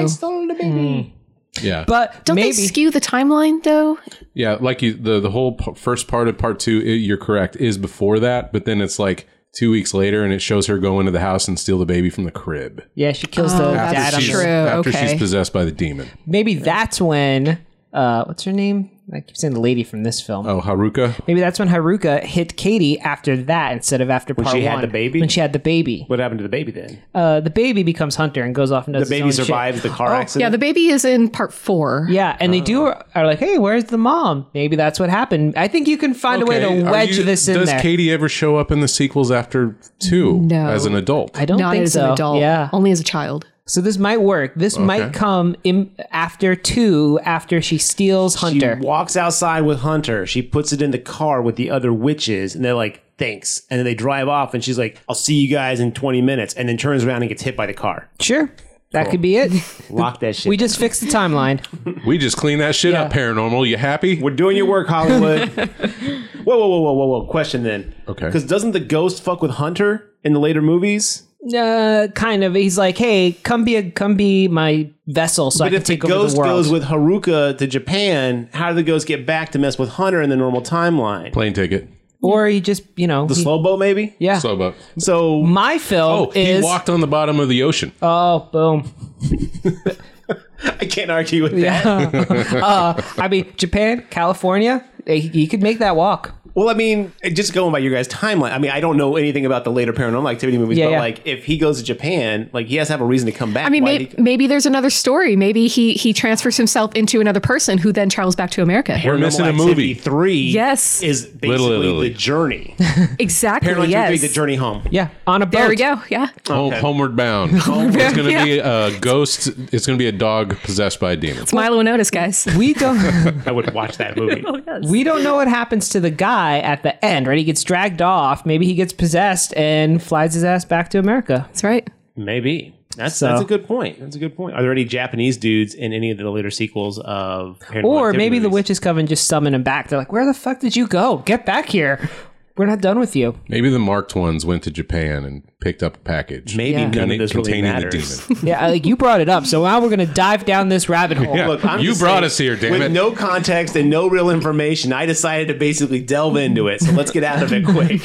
Yeah,
But
Don't
maybe
they skew the timeline though?
yeah, like you, the the whole p- first part of part two, i you're correct, is before that, but then it's like two weeks later, and it shows her go into the house and steal the baby from the crib.
yeah, she kills
Oh,
the
that's
dad on
she's-
the
true.
After
okay.
she's possessed by the demon.
Maybe that's when uh what's her name? I keep saying the lady from this film.
Oh, Haruka.
Maybe that's when Haruka hit Katie after that instead of after part
she had
one,
the baby?
When she had the baby,
what happened to the baby then?
uh, the baby becomes Hunter and goes off and does
The baby
his own shit. Oh,
survives the car
Yeah,
accident.
the baby is in part four.
Yeah, and they do are like, hey, where's the mom? Maybe that's what happened. I think you can find a way
Okay,
to
are
wedge
you-
this in
Does
there.
Katie ever show up in the sequels after two
No.
as an adult?
I don't
Not
think
as
so.
an adult. Oh.
Yeah.
Only as a child.
So this might work. This might come in after two, after she steals Hunter.
She walks outside with Hunter. She puts it in the car with the other witches, and they're like, "Thanks." And then they drive off, and she's like, "I'll see you guys in 20 minutes," and then turns around and gets hit by the car.
sure, that could be it.
Lock that shit.
we just fixed the timeline.
we just clean that shit up, paranormal. You happy?
(laughs) We're doing your
(laughs)
work, Hollywood. whoa, whoa, whoa, whoa, whoa, whoa. Question then.
Okay.
Because doesn't the ghost fuck with Hunter in the later movies?
Uh, kind of. He's like, hey, come be a come be my vessel, so I
But
can
if the
take over
ghost
the world.
goes with Haruka to Japan, how did the ghost get back to mess with Hunter in the normal timeline?
Plane ticket.
or he just, you know,
The
he-
slow boat, maybe.
yeah. Mm.
Slow boat.
So
My film
Oh, he
is
walked on the bottom of the ocean.
oh, boom.
I can't
(laughs)
argue with that.
I mean, Japan, California, eh, he, he could make that walk.
Well, I mean, just going by your guys' timeline, I mean, I don't know anything about the later paranormal activity movies,
Yeah,
but
yeah.
like if he goes to Japan, like he has to have a reason to come back.
I mean,
Why'd
maybe,
he-
maybe there's another story. Maybe he he transfers himself into another person who then travels back to America.
We're missing a
Paranormal Activity
movie.
Three
Yes.
is
Little
basically
Italy.
the
(laughs)
journey. Paranormal
exactly.
Activity
yes.
Three, the journey home.
Yeah, on a boat.
there we go. Yeah.
Home, Homeward
(laughs)
bound. It's going to be a ghost. It's going to be a dog possessed by a demon.
It's Milo and Otis, guys.
We
(laughs)
don't.
I would watch that
(laughs)
movie.
We don't know what happens to the guy at the end, right? He gets dragged off. Maybe he gets possessed and flies his ass back to America.
That's right.
Maybe. That's
So-
that's a good point. That's a good point. Are there any Japanese dudes in any of the later sequels of Paranormal
Or
Activity
maybe the
movies?
witches come and just summon him back. They're like, "Where the fuck did you go? Get back here. We're not done with you."
Maybe the marked ones went to Japan and picked up a package.
Maybe
Yeah.
none of this really
containing the
matters. (laughs)
demon.
Yeah, like you brought it up, so now we're gonna dive down this rabbit hole.
Yeah.
Look, I'm
you
just
brought
saying,
us here, damn
with
it.
no context and no real information, I decided to basically delve into it. So let's get out of
(laughs)
it quick.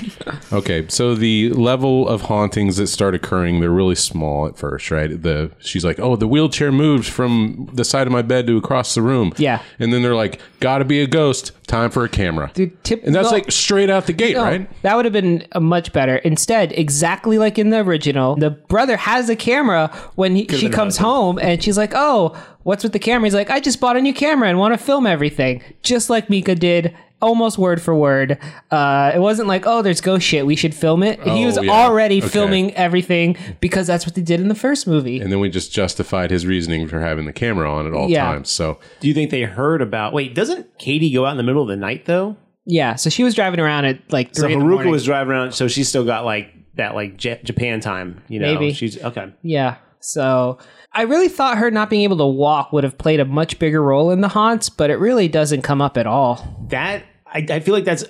Okay, so the level of hauntings that start occurring, they're really small at first, right? The she's like, "Oh, the wheelchair moves from the side of my bed to across the room."
Yeah.
and then they're like, "Gotta be a ghost. Time for a camera."
Dude, tip-
and that's
no.
like straight out the gate,
No,
right?
That would have been a much better. Instead, exactly like in the original, the brother has a camera when he, she
been
comes
another.
home and she's like, "Oh, what's with the camera?" He's like, "I just bought a new camera and want to film everything," just like Mika did. Almost word for word. Uh, it wasn't like, oh, there's ghost shit. We should film it. he
Oh,
was
yeah.
already
Okay.
filming everything because that's what they did in the first movie.
And then we just justified his reasoning for having the camera on at all
Yeah.
times. So
Do you think they heard about? Wait, doesn't Katie go out in the middle of the night though?
yeah. So she was driving around at like three.
So
in the
Haruka
morning.
was driving around, so she's still got like that like Ja- Japan time. You know,
Maybe.
she's okay.
Yeah. So I really thought her not being able to walk would have played a much bigger role in the haunts, but it really doesn't come up at all.
That I, I feel like that's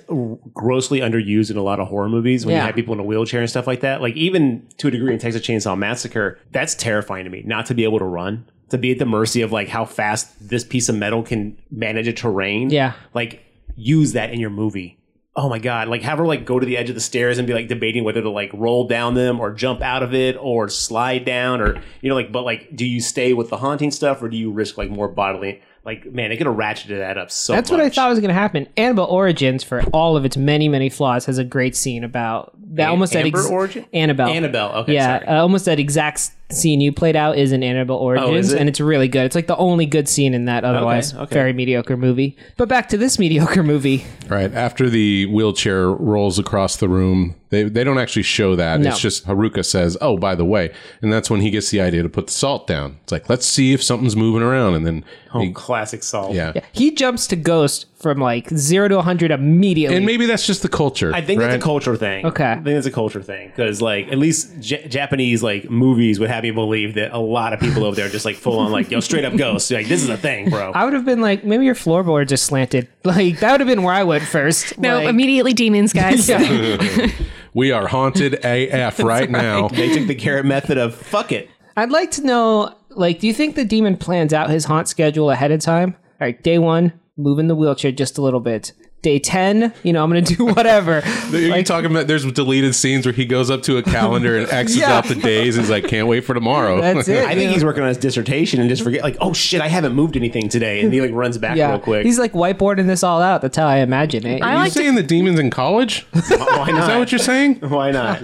grossly underused in a lot of horror movies when
Yeah.
you have people in a wheelchair and stuff like that. Like even to a degree in Texas Chainsaw Massacre, that's terrifying to me. Not to be able to run, to be at the mercy of like how fast this piece of metal can manage a terrain.
Yeah.
like use that in your movie. Oh my god! Like have her like go to the edge of the stairs and be like debating whether to like roll down them or jump out of it or slide down or you know like but like do you stay with the haunting stuff or do you risk like more bodily like man they could have ratcheted that up so
That's what I
much.
thought was going to happen. Annabelle Origins, for all of its many, many flaws, has a great scene about that. almost that
Amber
ex-
Origin?
Annabelle.
Annabelle, okay,
Yeah,
sorry. Oh,
uh, almost that exact s- scene you played out is in Annabelle Origins,
it?
and it's really good. It's like the only good scene in that otherwise
okay.
very mediocre movie. But back to this (laughs) mediocre movie.
Right. After the wheelchair rolls across the room, they, they don't actually show that.
No.
It's just Haruka says, Oh, by the way. And that's when he gets the idea to put the salt down. It's like, let's see if something's moving around. And then,
Oh, classic Saul.
yeah.
He jumps to Ghost from like zero to 100 immediately.
And maybe that's just the culture.
I think
right?
that's a culture thing.
Okay.
I think that's a culture thing because, like, at least J- Japanese like movies would have you believe that a lot of people over there are just like full on like yo straight up ghosts. Like this is a thing, bro.
I would have been like, maybe your floorboards are slanted. (laughs) Like that would have been where I went first.
No,
like,
immediately demons, guys.
(laughs) Yeah.
(laughs) We are haunted
(laughs)
AF right now.
they took the carrot method of fuck it.
I'd like to know, like, do you think the demon plans out his haunt schedule ahead of time? All right, day one, move in the wheelchair just a little bit. Day ten, you know, I'm gonna (laughs) do whatever.
Are you talking about there's deleted scenes where he goes up to a calendar
(laughs)
and X's
Yeah.
out the days and is like, can't wait for tomorrow. (laughs)
That's it.
I think he's working on his dissertation and just forget like oh shit I haven't moved anything today and he like runs back
yeah,
real quick.
he's like whiteboarding this all out. That's how I imagine it.
I
Are you
like to
saying the demon's in college? Is
(laughs)
(laughs) Why not?
that what you're
(laughs)
saying?
Why not?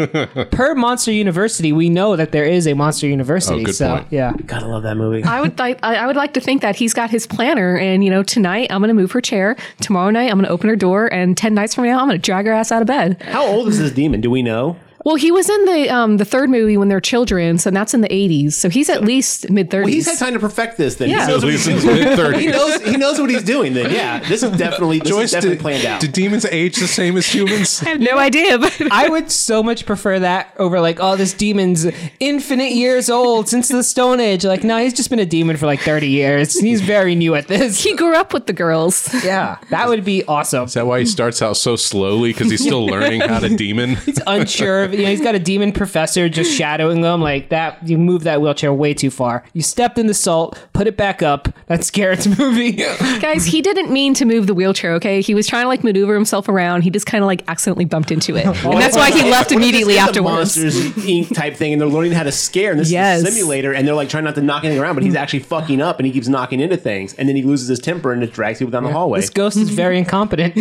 Per Monster University, we know that there is a Monster University.
Oh, good
so
point.
yeah,
Gotta love that movie.
I would like I I would like to think that he's got his planner and you know tonight I'm going to move her chair tomorrow night I'm going to open her door and 10 nights from now I'm going to drag her ass out of bed.
How old is this demon? Do we know?
Well, he was in the um the third movie when they're children, so that's in the 80s. So he's at least mid 30s.
Well, he's had time to perfect this. Then he
Yeah.
knows
At
what
least
he's
since mid
he
30s.
knows he knows what he's doing. Then yeah, this is definitely this is definitely planned out.
do demons age the same as
(laughs)
humans?
I have no idea, but (laughs)
I would so much prefer that over like, oh, this demon's infinite years old since the Stone Age. Like, no, he's just been a demon for like 30 years. He's very new at this.
he grew up with the girls.
(laughs) Yeah, that would be awesome. (laughs)
Is that why he starts out so slowly? Because he's still learning how to demon.
He's unsure of you know, he's got a demon professor just shadowing them like that. You moved that wheelchair way too far. You stepped in the salt, put it back up. That's Garrett's movie.
Guys, he didn't mean to move the wheelchair, okay? He was trying to like maneuver himself around. He just kind of like accidentally bumped into it. And that's why he left immediately
It's the
afterwards.
Monsters Inc. type thing, and they're learning how to scare. And this
Yes.
is a simulator, and they're like trying not to knock anything around, but he's actually fucking up, and he keeps knocking into things, and then he loses his temper and it drags people down the hallway.
This ghost is very incompetent.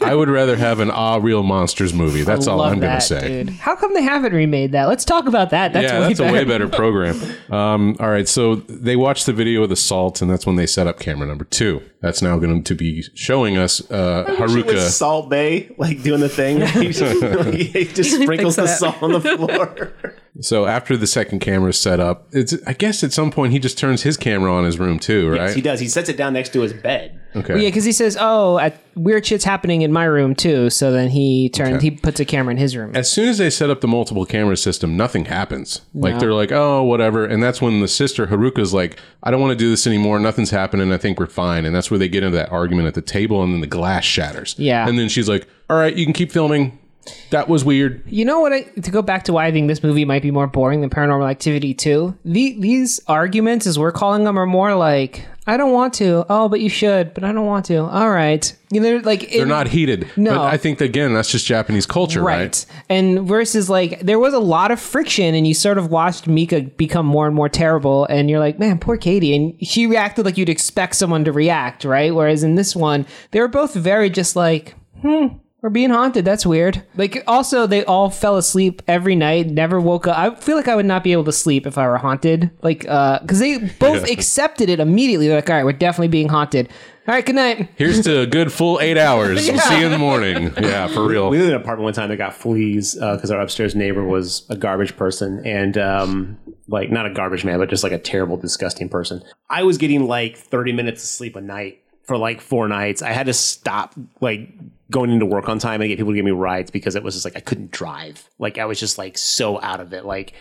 I would rather have an Ah Real Monsters movie. That's all
Love
I'm going to
that,
say.
dude. How come they haven't remade that? Let's talk about that. That's
yeah,
way
that's
better.
a way better program. Um, all right, so they watched the video of the salt, and that's when they set up camera number two. That's now going to be showing us uh,
She was
Haruka.
Salt Bay, like doing the thing. (laughs) He just, he just
(laughs)
sprinkles the
Picks it
salt on the floor.
So after the second camera is set up, it's I guess at some point he just turns his camera on his room too, right?
He does. He sets it down next to his bed.
okay.
Yeah, because he says, "Oh, at, weird shit's happening in my room too." So then he turns, he puts a camera in his room.
as soon as they set up the multiple camera system, nothing happens. Like they're like, oh, whatever. And that's when the sister Haruka's like, I don't want to do this anymore. Nothing's happening. I think we're fine. And that's where they get into that argument at the table, and then the glass shatters.
Yeah.
And then she's like, all right, you can keep filming. That was weird.
You know what? I, to go back to why I think this movie might be more boring than Paranormal Activity 2, the, these arguments, as we're calling them, are more like, I don't want to. Oh, but you should. But I don't want to. All right. You know, like,
They're not heated.
No.
But I think again, that's just Japanese culture, right?
Right. And versus like there was a lot of friction and you sort of watched Mika become more and more terrible and you're like, man, poor Katie. And she reacted like you'd expect someone to react, right? Whereas in this one, they were both very just like, hmm. We're being haunted. That's weird. Like, also, they all fell asleep every night. Never woke up. I feel like I would not be able to sleep if I were haunted. Like, uh, because they both accepted it immediately. They're like, all right, we're definitely being haunted. All right, good night.
Here's to a good full eight
(laughs)
hours. We'll See you in the morning. Yeah, for real.
We lived in an apartment one time that got fleas because our upstairs neighbor was a garbage person and um, like not a garbage man, but just like a terrible, disgusting person. I was getting like 30 minutes of sleep a night for like four nights. I had to stop like going into work on time and get people to give me rides because it was just like I couldn't drive. Like I was just like so out of it. Like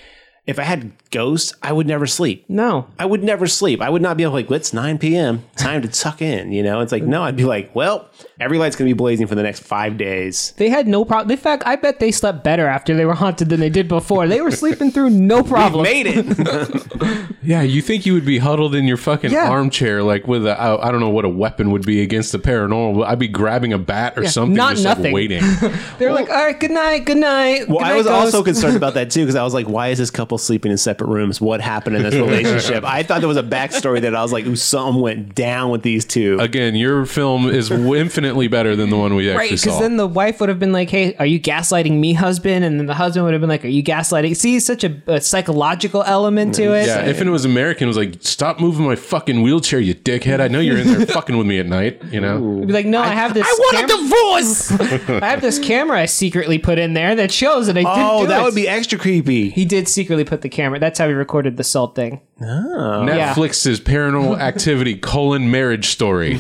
if I had ghosts, I would never sleep.
No.
I would never sleep. I would not be able to like, it's 9 p.m. Time to tuck in. You know, it's like, no, I'd be like, well, every light's going to be blazing for the next five days.
They had no problem. In fact, I bet they slept better after they were haunted than they did before. They were sleeping through no problem.
Made
(laughs)
it.
Yeah, you think you would be huddled in your fucking
Yeah.
armchair, like with a, I, I don't know what a weapon would be against the paranormal. I'd be grabbing a bat or something,
not
just like
nothing. (laughs)
waiting.
They're like, all right, good night, good night.
Well,
good
I
night,
was
ghost."
also concerned about that too because I was like, why is this couple sleeping in separate rooms? What happened in this relationship? I thought there was a backstory that I was like, ooh, something went down with these two.
Again, your film is infinitely better than the one we actually
Right, because
saw.
then the wife would have been like, "Hey, are you gaslighting me, husband?" And then the husband would have been like, "Are you gaslighting?" See, such a, a psychological element to it.
yeah, if it was American, it was like, stop moving my fucking wheelchair, you dickhead. I know you're
(laughs)
in there fucking with me at night, you know?
Be like, "No, I, have this. I
divorce.
I have this camera I secretly put in there that shows that I didn't
Oh,
do
that
it."
would be extra creepy.
He did secretly put the camera. That's how he recorded the salt thing.
Netflix's paranormal
(laughs)
activity colon marriage story.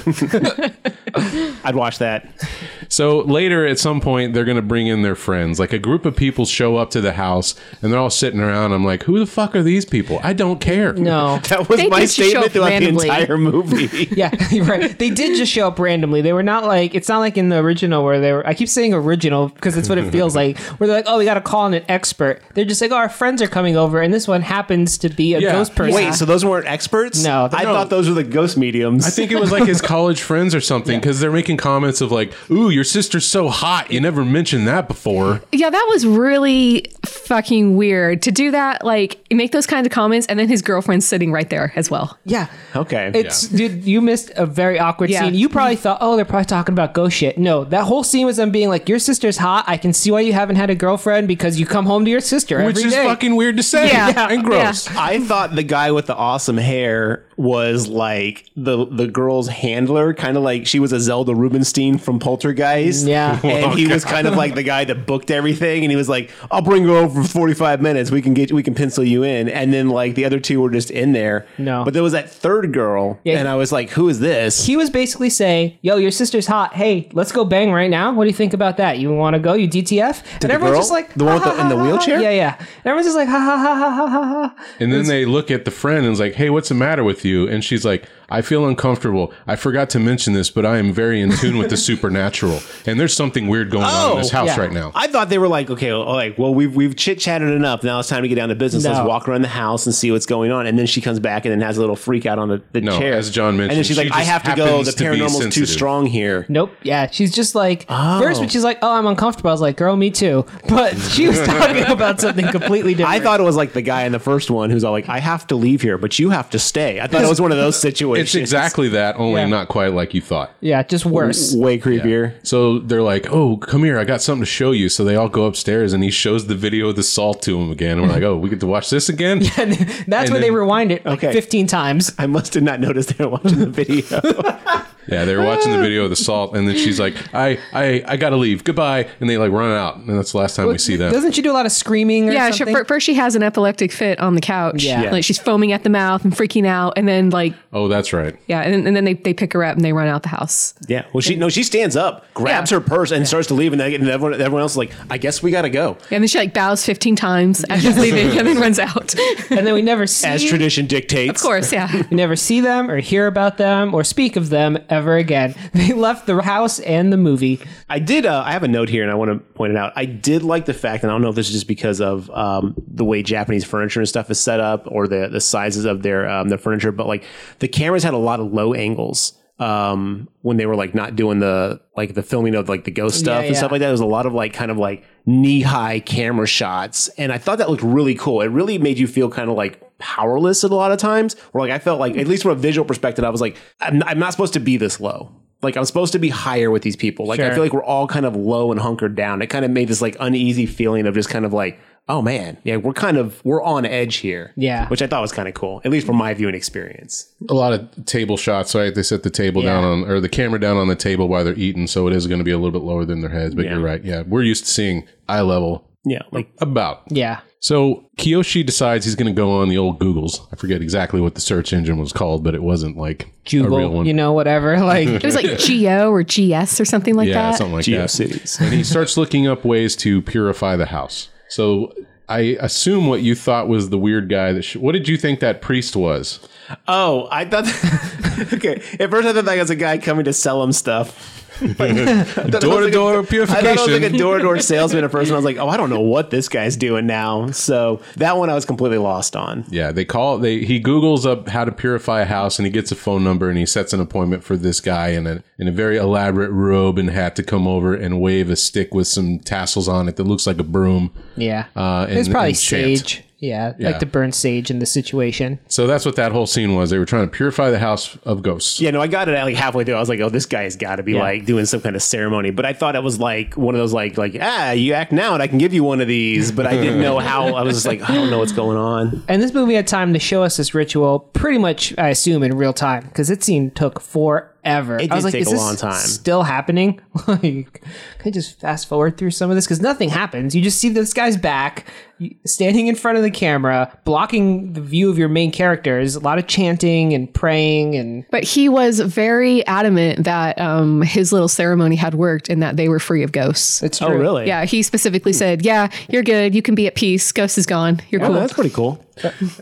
I'd watch that. (laughs)
So later, at some point, they're going to bring in their friends. Like a group of people show up to the house and they're all sitting around. I'm like, who the fuck are these people? I don't care.
No,
That was
They
my
did show
statement
up
throughout
randomly.
the entire movie.
Yeah, (laughs) you're right. They did just show up randomly. They were not like it's not like in the original where they were. I keep saying original because that's what it
(laughs)
feels like. Where they're like, oh, we got to call in an expert. They're just like, oh, our friends are coming over, and this one happens to be a
Yeah.
ghost person.
Wait, so those weren't experts?
No,
I
no.
thought those were the ghost mediums.
I think it was like his college friends or something because they're making comments of like, ooh, your sister's so hot. You never mentioned that before.
Yeah, that was really fucking weird to do that, like make those kinds of comments, and then his girlfriend's sitting right there as well.
yeah,
okay.
it's dude. You missed a very awkward
Yeah.
scene. You probably thought, oh, they're probably talking about ghost shit. No, that whole scene was them being like, your sister's hot. I can see why you haven't had a girlfriend because you come home to your sister
Which
every
is
day."
fucking weird to say
Yeah.
and gross.
I thought the guy with the awesome hair was like the the girl's handler, kind of like she was a Zelda Rubinstein from Poltergeist.
Yeah.
and he was kind of like the guy that booked everything, and he was like, "I'll bring you over for forty five minutes. We can get we can pencil you in." And then like the other two were just in there.
No.
but there was that third girl, and I was like, "Who is this?"
he was basically saying, "Yo, your sister's hot. Hey, let's go bang right now. What do you think about that? You want to go? You DTF?" and everyone's
girl?
just like,
The one with
"Ha,
the-
ha,
in the
ha, ha, ha."
wheelchair?
Yeah, yeah. And everyone's just like, "Ha ha ha ha ha ha ha."
And then they look at the friend and is like, hey, what's the matter with you? And she's like, I feel uncomfortable. I forgot to mention this, but I am very in tune
(laughs)
with the supernatural. And there's something weird going on in this
Oh,
house
yeah.
right now.
I thought they were like, okay, well, like, well, we've we've chit chatted enough. Now it's time to get down to business.
No.
Let's walk around the house and see what's going on. And then she comes back and then has a little freak out on the, the
No,
chair.
as John mentioned,
and then she's
she
like, I
just
have to go.
happens
The
to be
paranormal's too
sensitive.
strong here.
Nope. Yeah. She's just like, first when she's like, oh, I'm uncomfortable. I was like, girl, me too. (laughs) But she
(laughs)
was talking about something completely different.
I thought it was like the guy in the first one who's all like, I have to leave here, but you have to stay. I thought it was one of (laughs) those situations.
It's exactly that, only
Yeah.
not quite like you thought.
Yeah, just worse.
way creepier.
So they're like, "Oh, come here! I got something to show you." So they all go upstairs, and he shows the video of the salt to him again. And we're like, "Oh, we get to watch this
(laughs)
again."
And that's where they
then-
rewind it like
Okay.
15 times.
I must have not noticed they were watching the video.
Yeah, they were watching the video of the salt, and then she's like, "I, I, I gotta leave. Goodbye." And they like run out, and that's the last time we see them.
Doesn't she do a lot of screaming or
Yeah, she,
something?
fir- first she has an epileptic fit on the couch.
Yeah.
Like she's foaming at the mouth and freaking out. And then, like,
oh, that's right.
yeah, and, and then they, they pick her up and they run out the house.
(laughs) yeah. Well, she no, she stands up, grabs her purse, and starts to leave, and, they, and everyone everyone else is like, I guess we gotta go.
And then she, like, bows 15 times as she's leaving and then runs out. of
and then we never see
As tradition dictates.
course, yeah.
we never see them or hear about them or speak of them ever again. (laughs) They left the house and the movie.
I did. Uh, I have a note here, and I want to point it out. I did like the fact, and I don't know if this is just because of um, the way Japanese furniture and stuff is set up, or the the sizes of their um, their furniture, but like the cameras had a lot of low angles um, when they were like not doing the like the filming of like the ghost stuff and
yeah.
stuff like that. It was a lot of like kind of like knee high camera shots, and I thought that looked really cool. It really made you feel kind of like powerless at a lot of times. Where like I felt like at least from a visual perspective, I was like, I'm, I'm not supposed to be this low. Like I'm supposed to be higher with these people. Like I
Sure.
feel like we're all kind of low and hunkered down. It kind of made this like uneasy feeling of just kind of like, oh man, yeah, we're kind of we're on edge here.
Yeah.
which I thought was kind of cool, at least from my view and experience.
A lot of table shots, right? They set the table
Yeah.
down on, or the camera down on the table while they're eating, so it is going to be a little bit lower than their heads. But
Yeah.
you're right. Yeah, we're used to seeing eye level
Yeah, like
about.
Yeah.
So Kiyoshi decides he's going to go on the old Google's. I forget exactly what the search engine was called, but it wasn't like a real
Jugal,
one.
you know, whatever. (laughs)
(laughs)
Like,
It was like GO or GS or something like
yeah,
that.
something like that.
cities.
and he starts looking up ways to purify the house. So I assume what you thought was the weird guy. That sh- what did you think that priest was?
Oh, I thought. (laughs) okay, at first I thought that was a guy coming to sell him stuff.
Door to door
I thought it was like
purification.
a door to door salesman at first, and I was like, "Oh, I don't know what this guy's doing now." So that one I was completely lost on.
Yeah, they call they he googles up how to purify a house and he gets a phone number and he sets an appointment for this guy in a in a very elaborate robe and hat to come over and wave a stick with some tassels on it that looks like a broom.
yeah.
Uh, and,
it's probably
and chant.
sage. Yeah,
Yeah.
like to burn sage in the situation.
So that's what that whole scene was. They were trying to purify the house of ghosts.
Yeah, no, I got it at like halfway through. I was like, "Oh, this guy's got to be like doing some kind of ceremony." But I thought it was like one of those like like ah, you act now, and I can give you one of these. But I didn't know how. I was just like, I don't know what's going on.
And this movie had time to show us this ritual pretty much, I assume, in real time because it seemed took forever. It
did
I was like,
take
is
a
this
long time.
Still happening? (laughs) like, can I just fast forward through some of this because nothing happens. You just see this guy's back y- standing in front of the camera, blocking the view of your main characters. A lot of chanting and praying, and
But he was very adamant that um, his little ceremony had worked and that they were free of ghosts.
it's true.
Oh, really?
Yeah, he specifically said, "Yeah, you're good. You can be at peace. Ghost is gone. You're
Oh,
cool."
that's pretty cool.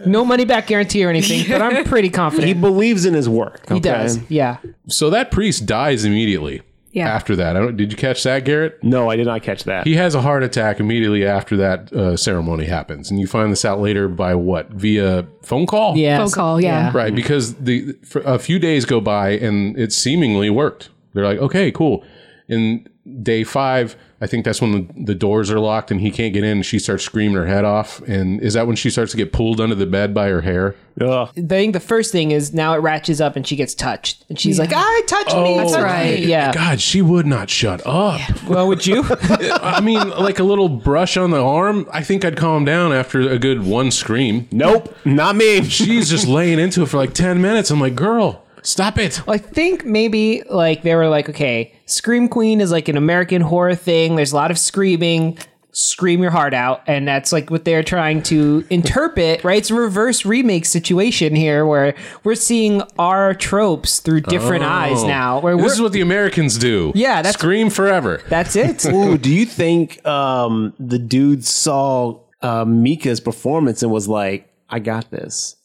No money back guarantee or anything, but I'm pretty confident
He believes in his work.
he does. Yeah.
So that priest dies immediately.
Yeah.
After that, I don't. Did you catch that, Garrett?
No, I did not catch that.
He has a heart attack immediately after that uh, ceremony happens, and you find this out later by what via phone call.
Yeah.
Phone call, yeah.
Right, because the for a few days go by and it seemingly worked. They're like, okay, cool. In day five, I think that's when the, the doors are locked and he can't get in. And she starts screaming her head off, and is that when she starts to get pulled under the bed by her hair?
Ugh.
I think the first thing is now it ratches up and she gets touched. And she's like, I touched me. touch
right.
me." Yeah.
Oh, God, she would not shut up.
(laughs) Well, would you?
I mean, like a little brush on the arm. I think I'd calm down after a good one scream.
Nope, not me.
She's just laying into it for like ten minutes. I'm like, girl, stop it.
I think maybe like they were like, okay, Scream Queen is like an American horror thing. There's a lot of screaming. Scream your heart out, and that's like what they're trying to interpret, right? It's a reverse remake situation here, where we're seeing our tropes through different eyes now. Where we're,
Oh. This is what the Americans do.
Yeah, that's-
scream forever.
that's it.
Ooh, do you think um, the dude saw uh, Mika's performance and was like, "I got this"?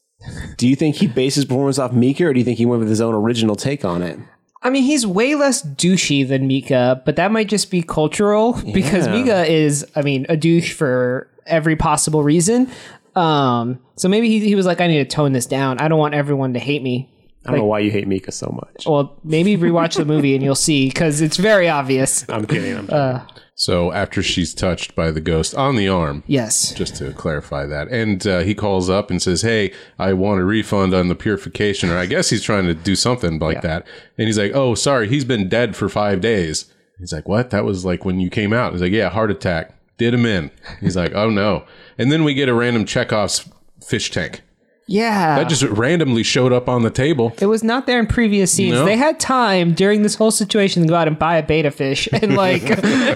Do you think he based his performance off Mika, or do you think he went with his own original take on it?
I mean, he's way less douchey than Mika, but that might just be cultural (laughs) because Mika is, I mean, a douche for every possible reason. Um, so maybe he, he was like, I need to tone this down. I don't want everyone to hate me.
I don't know why you hate Mika so much.
Well, maybe rewatch the movie and you'll see because it's very obvious.
I'm kidding. I'm
So after she's touched by the ghost on the arm,
Yes.
just to clarify that, and uh, he calls up and says, "Hey, I want a refund on the purification," or I guess he's trying to do something like that. And he's like, "Oh, sorry, he's been dead for five days." He's like, "What? That was like when you came out." He's like, "Yeah, heart attack, did him in." He's like, "Oh no!" And then we get a random Chekhov's fish tank
Yeah.
that just randomly showed up on the table.
It was not there in previous scenes.
No.
They had time during this whole situation to go out and buy a beta fish (laughs) and
(laughs)
like,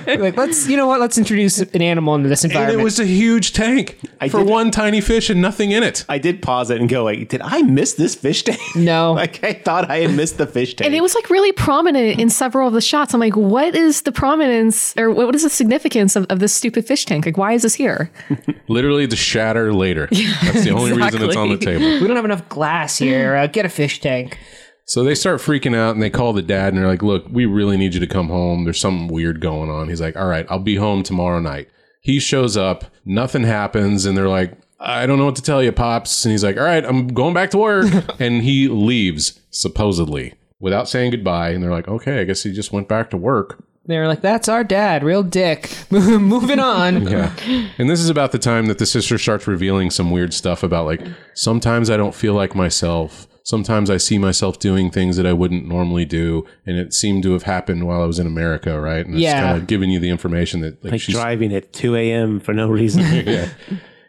like let's you know what? Let's introduce an animal into this
And
environment.
it was a huge tank for
did-
one tiny fish and nothing in it.
I did pause it and go like, did I miss this fish (laughs) tank?
No.
like I thought I had missed the fish tank.
And it was like really prominent in several of the shots. I'm like, what is the prominence or what what is the significance of, of this stupid fish tank? Like, why is this here?
Literally to shatter
(laughs)
later. That's the only reason it's on the
exactly.
table.
we don't have enough glass here. Uh, get a fish tank.
So they start freaking out and they call the dad and they're like, Look, we really need you to come home. There's something weird going on. He's like, All right, I'll be home tomorrow night. He shows up, nothing happens, and they're like, I don't know what to tell you, Pops. And he's like, All right, I'm going back to work. and he leaves, supposedly, without saying goodbye. And they're like, Okay, I guess he just went back to work.
They were like, "That's our dad, real dick." (laughs) Moving on.
Yeah. And this is about the time that the sister starts revealing some weird stuff about like sometimes I don't feel like myself. Sometimes I see myself doing things that I wouldn't normally do, and it seemed to have happened while I was in America, right? And it's
Yeah.
kind of giving you the information that like,
like
she's (laughs)
driving at 2 a.m. for no
(laughs)
reason.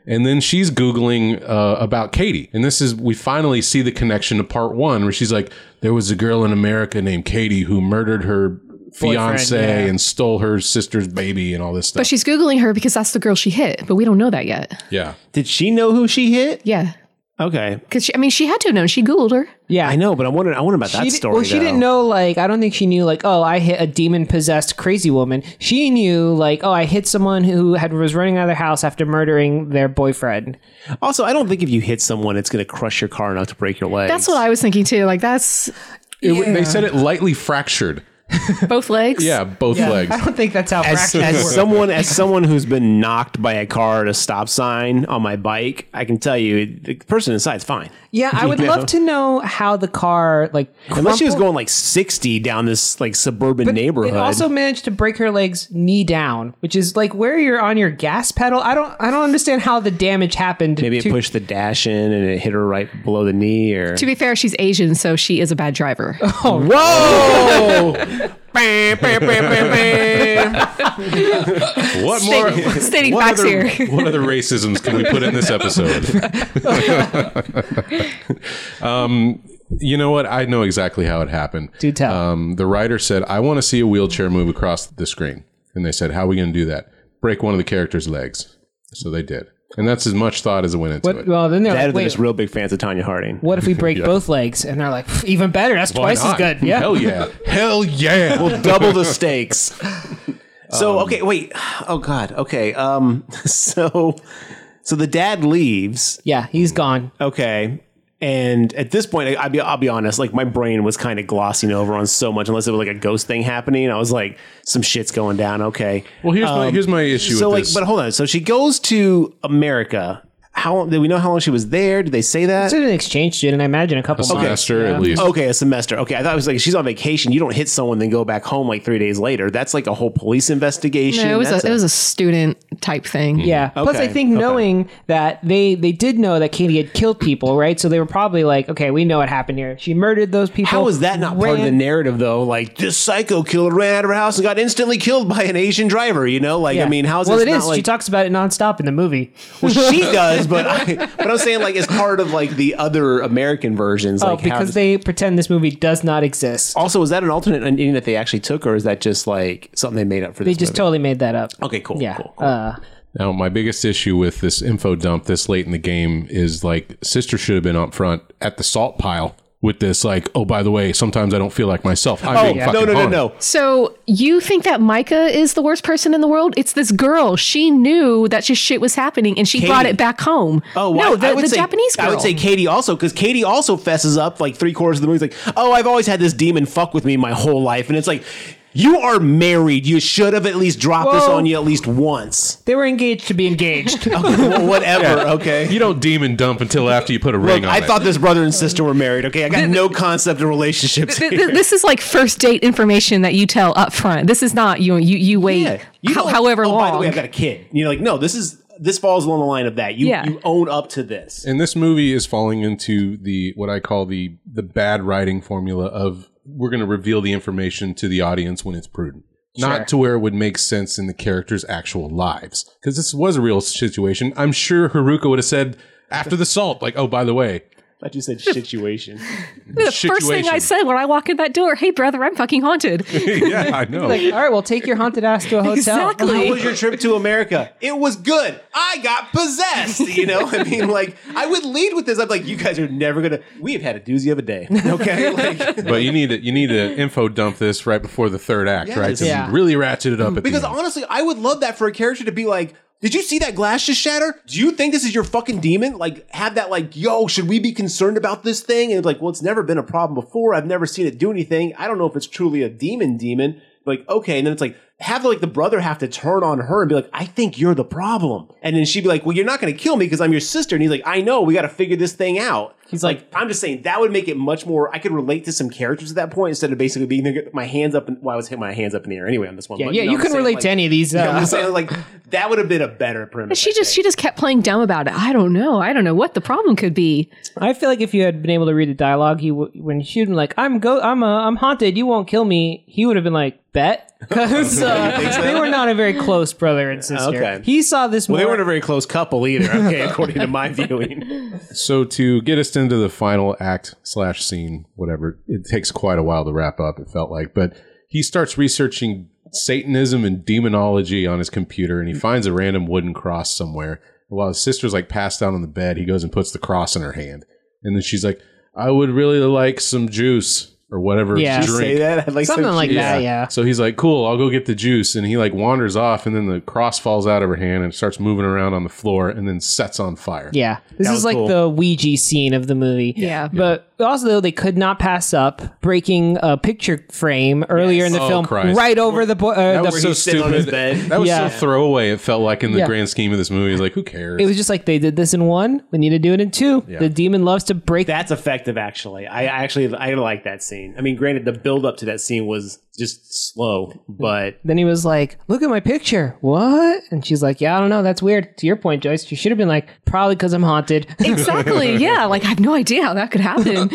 and then she's googling uh, about Katie, and this is we finally see the connection to part one where she's like, there was a girl in America named Katie who murdered her fiance
yeah.
and stole her sister's baby and all this
(laughs)
stuff.
But she's Googling her because that's the girl she hit, but we don't know that yet.
yeah.
Did she know who she hit?
Yeah.
Okay,
Because, I mean, she had to have known. She Googled her.
Yeah,
I know, but I'm wondering. I wonder about
She
that
di-
story.
well, she
though.
didn't know. Like, I don't think she knew. Like, oh, I hit a demon possessed crazy woman. She knew. Like, oh, I hit someone who had was running out of their house after murdering their boyfriend.
Also, I don't think if you hit someone, it's going to crush your car enough to break your leg.
That's what I was thinking too.
(laughs)
Like, that's
It, w They said it lightly fractured.
both legs.
Yeah, both legs.
(laughs) I don't think that's how
As,
fractures
as
work.
(laughs) someone, as someone who's been knocked by a car at a stop sign on my bike, I can tell you the person inside's fine.
yeah, I would
Yeah.
love to know how the car like
Unless she was
crumpled-
going like 60 down this like suburban neighborhood.
It also managed to break her legs knee down, which is like where you're on your gas pedal. I don't I don't understand how the damage happened.
Maybe it
to-
pushed the dash in and it hit her right below the knee or.
To be fair, she's Asian, so she is a
(laughs)
bad driver.
Oh,
(laughs)
Whoa! Bam, bam, bam, bam, bam.
What more?
Stating
What
facts
other,
(laughs)
here.
(laughs) what other racisms can we put in this episode? um, you know what? I know exactly how it happened.
Do tell.
Um, the writer said, I want to see a wheelchair move across the screen. And they said, How are we going to do that? Break one of the character's legs. So they did. And that's as much thought as it went into
What,
it.
well, then they're
Better
like,
than
wait,
just real big fans of Tanya Harding.
what
(laughs)
if we break both legs? And they're like, "Pff, even better. That's
Why
twice as
not?
good. Yeah.
Hell yeah. Hell yeah.
double the
(laughs)
stakes.
Um,
So okay, wait. Oh god. Okay. Um. (laughs) So, so the dad leaves.
Yeah, he's gone.
Okay. And at this point, I, I'll be I'll be honest. Like my brain was kind of glossing over on so much, unless it was like a ghost thing happening. I was like, some shit's going down. Okay.
well, here's, my, here's my issue
Um, so
with
like,
this.
but hold on. So she goes to America. How long? Did we know how long she was there? Did they say that?
It's an exchange student. I imagine a couple months.
Semester, at least.
Okay, a semester. Okay, I thought it was like she's on vacation. You don't hit someone, then go back home like three days later. That's like a whole police investigation.
No, it was
That's
a, it was a student type thing.
Yeah. Plus, I
Okay,
think
okay.
knowing that they they did know that Katie had killed people, right? So they were probably like, okay, we know what happened here. She murdered those people.
How is that not part of the
ran-
narrative though? Like this psycho killer ran out of her house and got instantly killed by an Asian driver. You know, like
Yeah.
I mean, how's
well,
this
it
not
is.
like
she talks about it nonstop in the movie.
well, she does, but I, but I'm saying like it's part of like the other American versions.
Oh,
like how
because
does- Oh,
they pretend this movie does not exist.
also is that an alternate ending that they actually took, or is that just like something they made up for?
They just totally made that up.
okay, cool,
Yeah.
cool, cool.
Uh,
Now, my biggest issue with this info dump this late in the game is like sister should have been up front at the salt pile with this like, oh by the way, sometimes I don't feel like myself. I'm
Oh,
being
no,
fucking
no, no,
harmed.
no.
So you think that Micah is the worst person in the world? It's this girl. She knew that this shit was happening, and she brought it back home.
Oh,
no,
I,
the,
I would
the
say,
Japanese girl.
I would say Katie also, because Katie also fesses up like three quarters of the movie. Like, oh, I've always had this demon fuck with me my whole life, and it's like, you are married. You should have at least dropped this
Whoa.
on you at least once.
They were engaged to be (laughs) engaged.
Well, whatever. Okay.
You don't demon dump until after you put a
Look,
ring on
I
it.
thought this brother and sister were married. Okay, I got no concept of relationships.
Th- th- this is like first date information that you tell up front. This is not you. You you wait
Yeah. You
ho-
don't-
however
oh,
long.
By the way, I've got a kid. You're like, no, this is this falls along the line of that. You
Yeah.
you own up to this.
and this movie is falling into the what I call the the bad writing formula of we're going to reveal the information to the audience when it's prudent, not to where it would make sense in the characters' actual lives. Because this was a real situation. I'm sure Haruka would have said after the salt, like, "Oh, by the way,
I just said
(laughs)
situation.
the first thing I
situation.
said when I walk in that door, "Hey, brother, I'm fucking haunted."
(laughs) yeah, I know."
like, all right, well, take your haunted ass (laughs) to a hotel.
exactly.
How was your trip to America? It was good. I got possessed. You know, I mean, like, I would lead with this. I'm like, you guys are never gonna. We have had a doozy of a day. Okay, (laughs) like,
but you need to you need to info dump this right before the third act, right?
Yes.
To
Yeah.
really ratchet it up. At
because
the end.
honestly, I would love that for a character to be like. Did you see that glass just shatter? Do you think this is your fucking demon? Like, have that, like, yo, should we be concerned about this thing? And it's like, well, it's never been a problem before. I've never seen it do anything. I don't know if it's truly a demon demon. Like, okay. And then it's like, have like the brother have to turn on her and be like, I think you're the problem. And then she'd be like, Well, you're not going to kill me because I'm your sister. And he's like, I know. We got to figure this thing out. He's like, I'm just saying that would make it much more. I could relate to some characters at that point instead of basically being there, my hands up. In, well, I was hitting my hands up in the air anyway on this one.
Yeah,
but
yeah,
know
you
what
can
I'm saying?
relate
Like,
to any of these.
you know what I'm
Uh,
saying? Like, that would have been a better premise.
She
I
just
think.
she just kept playing dumb about it. I don't know. I don't know what the problem could be.
I feel like if you had been able to read the dialogue, he w- when you shoot him like I'm go I'm uh, I'm haunted, you won't kill me. He would have been like bet (laughs)
(laughs)
because uh, they were not a very close brother and sister.
Okay.
He saw this.
Well, they
more-
weren't a very close couple either, (laughs) okay, according to my viewing.
so to get us into the final act slash scene, whatever, it takes quite a while to wrap up. It felt like, but he starts researching Satanism and demonology on his computer, and he finds a random wooden cross somewhere. While his sister's like passed out on the bed, he goes and puts the cross in her hand, and then she's like, "I would really like some juice or whatever
Yeah. Did you
drink."
Say that? I'd like
something
some
like
cheese.
that. Yeah.
So he's like, "Cool, I'll go get the juice," and he like wanders off, and then the cross falls out of her hand and starts moving around on the floor, and then sets on fire.
Yeah, this
was
is like
cool.
the Ouija scene of the movie.
Yeah.
but also though they could not pass up breaking a picture frame earlier in the
Oh,
film,
Christ.
right over the, bo- uh,
That
the
was so
sitting
stupid.
on his bed.
(laughs) That was
Yeah.
so throwaway. It felt like in the
Yeah.
grand scheme of this movie, it's like, who cares?
It was just like they did this in one. We need to do it in two. The demon loves to break.
That's effective, actually. I I actually I like that scene. I mean, granted, the build up to that scene was just slow, but
then he was like, "Look at my picture." What? And she's like, "Yeah, I don't know. That's weird." To your point, Joyce, you should have been like, "Probably because I'm haunted." (laughs)
(laughs) Exactly. yeah. Like I have no idea how that could happen.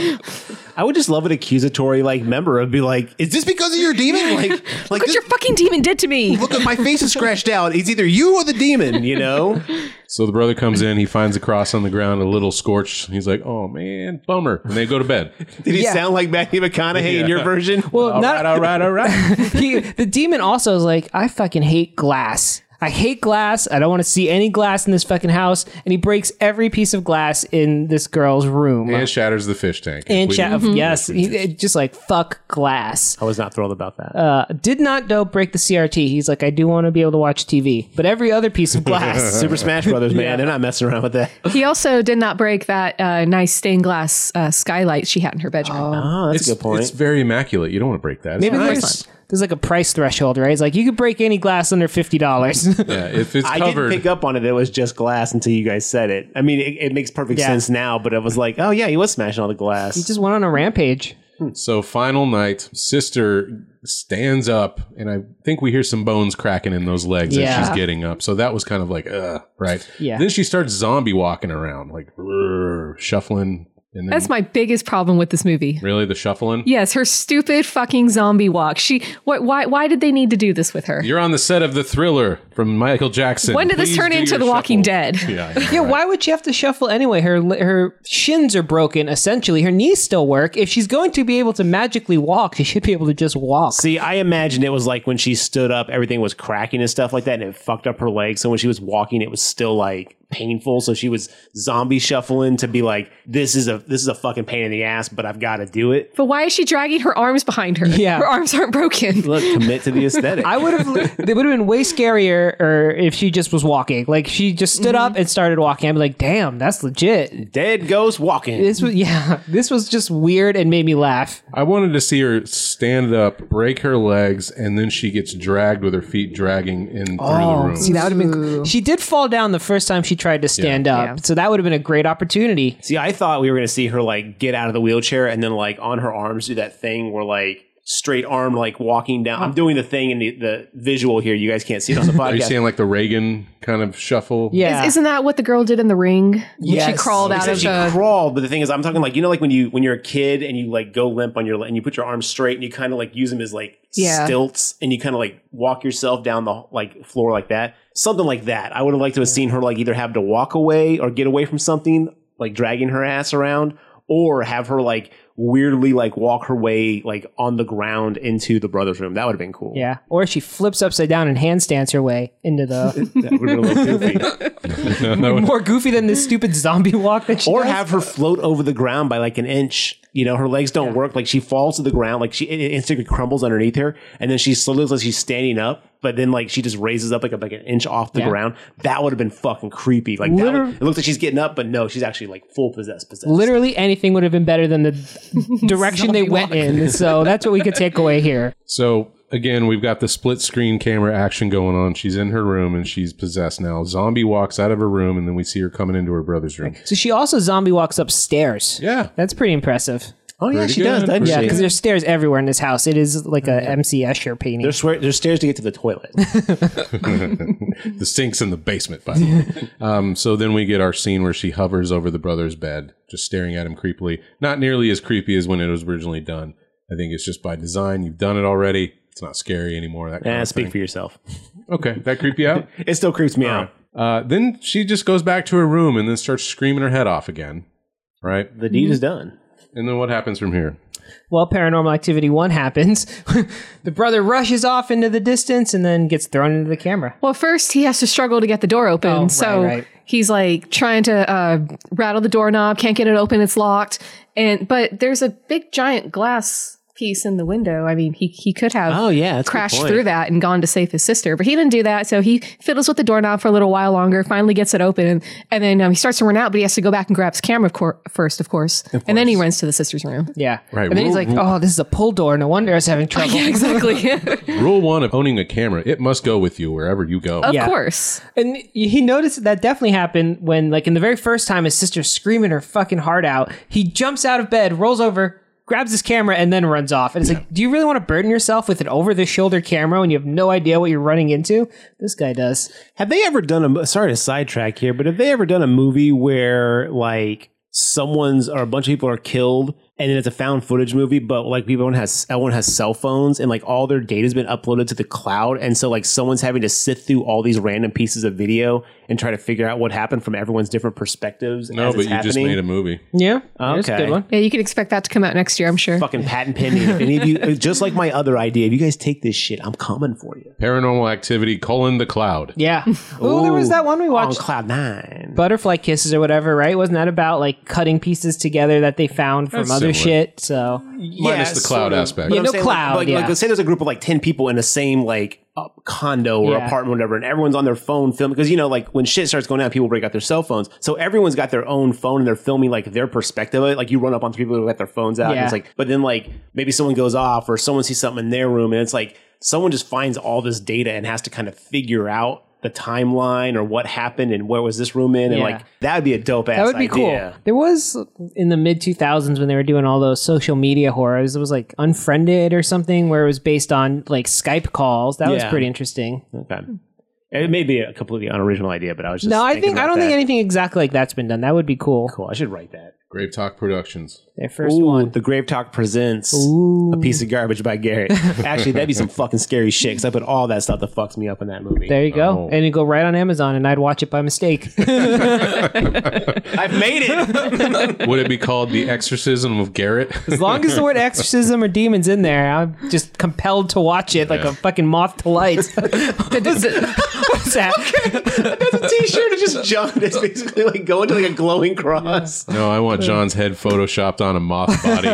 I would just love an accusatory like member of be like, "Is this because of your demon?" Like, like
what
this,
your fucking demon did to me.
look at my face is scratched out. It's either you or the demon. You know,
so the brother comes in, he finds a cross on the ground, a little scorched. He's like, "Oh man, bummer." And they go to
(laughs)
bed.
did he
Yeah.
sound like Matthew McConaughey in your version?
well,
all
not
right, all right, all right.
he, the demon also is like, "I fucking hate glass. I hate glass. I don't want to see any glass in this fucking house." And he breaks every piece of glass in this girl's room.
and shatters the fish tank.
and
Completely.
cha- yes, he, it just like fuck glass.
I was not thrilled about that.
Did not though break the CRT. He's like, I do want to be able to watch TV, but every other piece of
(laughs)
glass.
Super Smash Brothers, man, they're not messing around with that.
He also did not break that uh, nice stained glass uh, skylight she had in her bedroom.
Oh, that's
It's, it's very immaculate. You don't want to break that. It's
Maybe
nice.
there's, there's like a price threshold, right? It's like you could break any glass under fifty dollars. (laughs)
yeah, if it's
I
covered.
didn't pick up on it. It was just glass until you guys said it. I mean, it, it makes perfect
Yeah.
sense now, but it was like, oh yeah, he was smashing all the glass.
He just went on a rampage.
So final night, sister stands up, and I think we hear some bones cracking in those legs
Yeah.
as she's getting up. So that was kind of like, ugh, right?
Yeah.
Then she starts zombie walking around, like "Rrr," shuffling, and then
That's my biggest problem with this movie.
really the shuffling.
Yes, her stupid fucking zombie walk. She what why why did they need to do this with her?
You're on the set of the Thriller from Michael Jackson.
when did this
Please
turn
do
into
your
The Walking
shuffle.
Dead?
Yeah, I know,
Yeah,
right?
why would she have to shuffle anyway? Her li- her shins are broken. Essentially, her knees still work. If she's going to be able to magically walk, she should be able to just walk.
See, I imagine it was like when she stood up, everything was cracking and stuff like that, and it fucked up her legs. So when she was walking, it was still like painful. So she was zombie shuffling to be like, this is a this is a fucking pain in the ass, but I've got to do it.
But why is she dragging her arms behind her?
Yeah.
Her arms aren't broken.
Look, commit
(laughs)
to the aesthetic.
I would (laughs) have. It would have been way scarier, or if she just was walking. Like she just stood up and started walking. I'd be like, "Damn, that's legit."
Dead ghost walking.
This was yeah. This was just weird and made me laugh.
I wanted to see her stand up, break her legs, and then she gets dragged with her feet dragging in through the room.
See, that would have been. cool. She did fall down the first time she tried to stand up,
Yeah.
so that would have been a great opportunity.
See, I thought we were gonna see her like get out of the wheelchair and then like on her arms do that thing where like straight arm like walking down. I'm doing the thing in the, the visual here. You guys can't see it on the
(laughs) Are you
podcast.
saying like the Reagan kind of shuffle? (laughs)
Yeah,
Is, not that what the girl did in the ring? She
Yes.
crawled out
Except
of
she
the.
crawled, but the thing is, I'm talking like you know, like when you when you're a kid and you like go limp on your and you put your arms straight and you kind of like use them as like
Yeah.
stilts and you kind of like walk yourself down the like floor like that, something like that. I would have liked to have seen her like either have to walk away or get away from something like dragging her ass around, or have her like weirdly like walk her way like on the ground into the brother's room. That would have been cool.
yeah. Or she flips upside down and handstands her way into (laughs) the
that would have been a little goofy.
more goofy than this stupid zombie walk that she
or
does.
have her float over the ground by like an inch. You know, her legs don't work. Like she falls to the ground, like she it it instantly crumbles underneath her, and then she slowly looks like she's standing up, but then like she just raises up like a, like an inch off the
Yeah.
ground. That would have been fucking creepy. Like that
Liter-
would- it looks like she's getting up, but no, she's actually like full possessed. Possessed.
Literally anything would have been better than the direction they went in. So that's what we could take away here.
So again, we've got the split screen camera action going on. She's in her room and she's possessed now. Zombie walks out of her room and then we see her coming into her brother's room.
So she also zombie walks upstairs.
Yeah. (laughs)
That's pretty impressive.
oh yeah,
Pretty
she
good,
does. Doesn't
pretty
Yeah,
she?
because there's stairs everywhere in this house. It is like a MC Escher painting.
There's, swear, there's stairs to get to the toilet.
The sink's in the basement, by the way. Um, so then we get our scene where she hovers over the brother's bed, just staring at him creepily. Not nearly as creepy as when it was originally done. I think it's just by design. You've done it already. It's not scary anymore. That kind
Eh,
of
speak
thing.
for yourself.
Okay, that creep you out?
It still creeps me out.
Uh, then she just goes back to her room and then starts screaming her head off again. Right?
The deed is done.
And then what happens from here?
well, Paranormal Activity 1 happens. (laughs) the brother rushes off into the distance and then gets thrown into the camera.
Well, first he has to struggle to get the door open.
Oh, right,
so
right.
he's like trying to uh, rattle the doorknob, can't get it open, it's locked. And but there's a big giant glass piece in the window. I mean, he he could have
Oh,
Oh, yeah, that's
crashed through that and gone to save his sister, but he didn't do that. So he fiddles with the doorknob for a little while longer, finally gets it open, and, and then um, he starts to run out, but he has to go back and grab his camera of cour- first, of course. And then he runs to the sister's room.
Yeah.
Right,
And then he's like, oh, this is a pull door. No wonder I was having trouble.
exactly.
Rule one of owning a camera, it must go with you wherever you go.
(laughs) of
Yeah.
course.
And he noticed that definitely happened when, like, in the very first time his sister's screaming her fucking heart out, he jumps out of bed, rolls over, grabs his camera, and then runs off. And it's like, do you really want to burden yourself with an over the shoulder camera when you have no idea what you're running into? This guy does.
Have they ever done a? mo- Sorry to sidetrack here, but have they ever done a movie where like someone's or a bunch of people are killed, and then it's a found footage movie, but like people everyone has everyone has cell phones, and like all their data's been uploaded to the cloud, and so like someone's having to sift through all these random pieces of video and try to figure out what happened from everyone's different perspectives.
no,
as
but
it's
you just
happening?
made a movie.
Yeah. That's a
Okay.
good one.
Yeah, you can expect that to come out next year, I'm
(laughs)
sure.
Fucking patent pending. If any of you, just like my other idea, if you guys take this shit, I'm coming for you.
Paranormal activity, colon the cloud.
(laughs) Yeah. oh, there was that one we
on
watched.
cloud nine.
Butterfly kisses or whatever, right? Wasn't that about like cutting pieces together that they found from
That's
other
similar.
shit? So
Minus the cloud
sort of.
aspect.
But
Yeah,
I'm
no
saying,
cloud,
Like, like,
yeah.
like, let's say there's a group of like ten people in the same like uh, condo or
Yeah.
apartment, whatever, and everyone's on their phone filming because you know, like when shit starts going down, people break out their cell phones. So everyone's got their own phone and they're filming like their perspective of it. Like you run up on three people who got their phones out, and
Yeah.
it's like, but then like maybe someone goes off or someone sees something in their room, and it's like someone just finds all this data and has to kind of figure out the timeline or what happened and where was this room in, and
Yeah.
like that would be a dope ass.
that would be
idea.
cool. There was in the mid 2000s when they were doing all those social media horrors. It was like Unfriended or something where it was based on like Skype calls. That was
Yeah.
pretty interesting.
Okay. It may be a completely unoriginal idea, but I was just
Hmm. no, I
thinking
think I
about
don't
that.
think anything exactly like that's been done. That would be cool.
Cool. I should write that.
Grave Talk Productions.
Their first
Ooh,
one.
The Grave Talk presents a piece of garbage
(laughs)
by Garrett. Actually, that'd be some fucking scary shit because I put all that stuff that fucks me up in that movie.
There you
Oh.
go. And you go right on Amazon and I'd watch it by mistake.
I've made
(laughs)
it.
Would it be called The Exorcism of Garrett? (laughs)
as long as the word exorcism or demons in there, I'm just compelled to watch it like
Yeah.
(laughs) a fucking moth to lights. what is that?
That's a t-shirt is just John is basically like going to like a glowing cross.
No, I want John's head photoshopped on a moth body.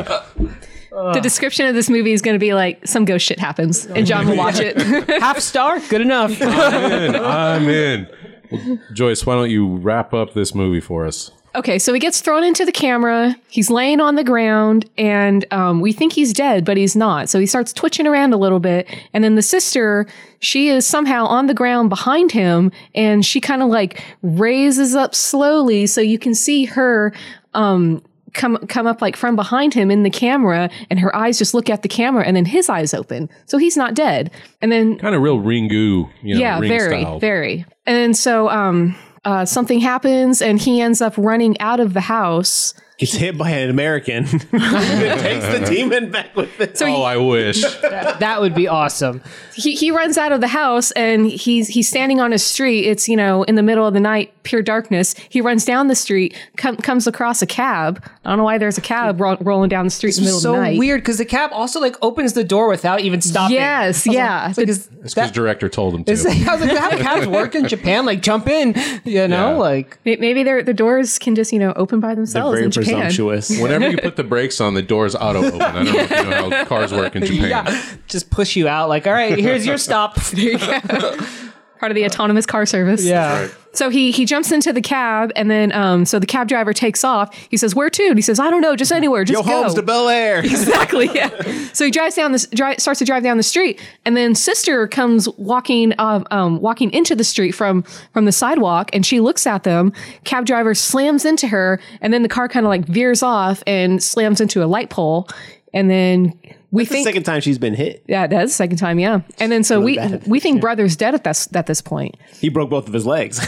the description of this movie is going to be like some ghost shit happens, and John will watch it.
Half star, good enough.
I'm in. I'm in. Well, Joyce, why don't you wrap up this movie for us?
Okay, so he gets thrown into the camera. He's laying on the ground, and um, we think he's dead, but he's not. So he starts twitching around a little bit. And then the sister, she is somehow on the ground behind him, and she kind of like raises up slowly so you can see her um, come come up like from behind him in the camera, and her eyes just look at the camera, and then his eyes open. So he's not dead. And then
Kind of real Ringu, you know,
yeah,
ring
very,
style.
very. And so um, uh, something happens, and he ends up running out of the house.
Gets hit by an American.
(laughs) It takes the demon back with it.
So
Oh, I wish.
that would be awesome.
he, he runs out of the house, and he's he's standing on a street. It's you know in the middle of the night, pure darkness. He runs down the street, com- comes across a cab. I don't know why there's a cab ro- rolling down the street in the middle
So
of the night.
weird because the cab also like opens the door without even stopping.
Yes, yeah.
It's like, is
It's because
that,
director told him to.
it's like, (laughs) I was like, is that how cabs work in Japan? Like, jump in, you know?
Yeah.
Like,
May- Maybe their the doors can just you know open by themselves
Very
in Japan.
presumptuous.
Whenever you put the brakes on, the doors auto open. I don't know if you know how cars work in Japan.
yeah, just push you out. Like, all right, here's your
(laughs)
stop.
Part of the autonomous car service.
yeah.
So he he jumps into the cab, and then um so the cab driver takes off. He says, "Where to?" And he says, "I don't know. Just anywhere. Just
Yo,
go."
Holmes to Bel Air.
exactly. Yeah. So he drives down this dri starts to drive down the street, and then sister comes walking um, um walking into the street from from the sidewalk, and she looks at them. Cab driver slams into her, and then the car kind of like veers off and slams into a light pole, and then. We
the
think
second time she's been hit.
yeah, that's the second time, yeah. And then so we
bad.
we think brother's dead at this at this point.
He broke both of his
(laughs)
legs.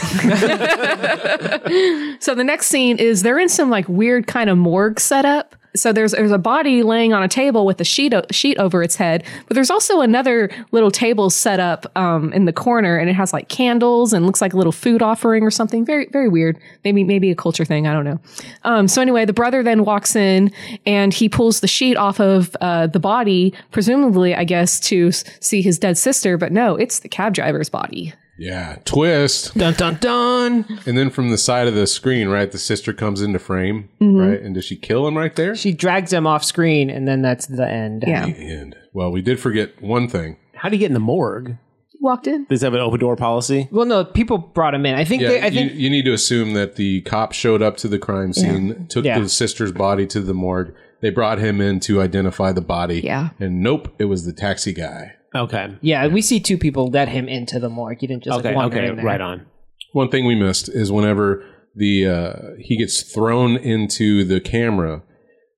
So the next scene is they're in some like weird kind of morgue setup. So there's there's a body laying on a table with a sheet o- sheet over its head, but there's also another little table set up um, in the corner, and it has like candles and looks like a little food offering or something. Very very weird. Maybe maybe a culture thing. I don't know. Um, so anyway, the brother then walks in and he pulls the sheet off of uh, the body, presumably I guess to s- see his dead sister, but no, it's the cab driver's body.
Yeah, twist.
Dun, dun, dun.
And then from the side of the screen, right, the sister comes into frame,
Mm-hmm.
right? And does she kill him right there?
She drags him off screen, and then that's the end.
Yeah,
and well, we did forget one thing.
How do you get in the morgue?
walked in.
Does it have an open door policy?
Well, no, people brought him in. I think.
Yeah,
they, I think.
you, you need to assume that the cop showed up to the crime scene, took
Yeah.
the sister's body to the morgue. They brought him in to identify the body.
Yeah.
And nope, it was the taxi guy.
Okay.
yeah, we see two people let him into the morgue. He didn't just
Okay.
like, wander
Okay.
in there.
Right on.
One thing we missed is whenever the uh, he gets thrown into the camera,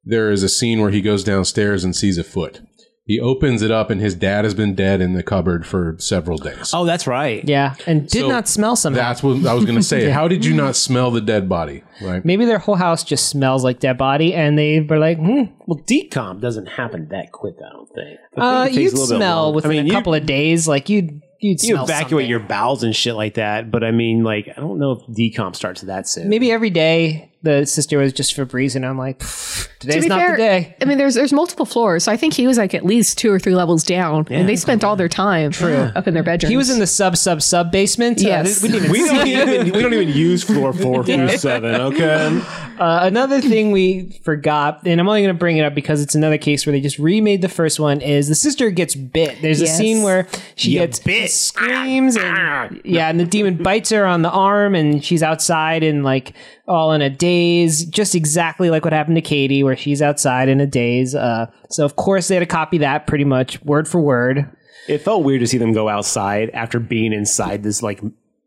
there is a scene where he goes downstairs and sees a foot. He opens it up, and his dad has been dead in the cupboard for several days.
Oh, that's right.
Yeah, and did
So
not smell somehow.
That's what I was going to say. How did you not smell the dead body? Right?
Maybe their whole house just smells like dead body, and they were like, hmm,
Well, decom doesn't happen that quick. I don't think.
Uh,
I think it takes
you'd
a little bit
smell
longer.
within
I mean,
a
you-
couple of days. Like you'd you'd
You
smell
evacuate
something.
your bowels and shit like that, but I mean, like, I don't know if decom starts that soon.
Maybe every day the sister was just Febreze, and I'm like, "Pfft, today's
be
not
fair,
the day.
I mean, there's there's multiple floors, so I think he was like at least two or three levels down, and they spent all their time up in their bedroom.
He was in the sub sub sub basement. Uh,
Yes.
we didn't even
we don't even we don't
(laughs)
even use floor four through seven. Okay,
Uh,
(clears throat)
another thing we forgot, and I'm only going to bring it up because it's another case where they just remade the first one. Is the sister gets bit? There's a
Yes.
scene where she
Yeah,
gets
bit.
screams, and yeah, and the demon bites her on the arm, and she's outside and like all in a daze, just exactly like what happened to Katie, where she's outside in a daze. Uh, so of course they had to copy that pretty much word for word.
it felt weird to see them go outside after being inside this like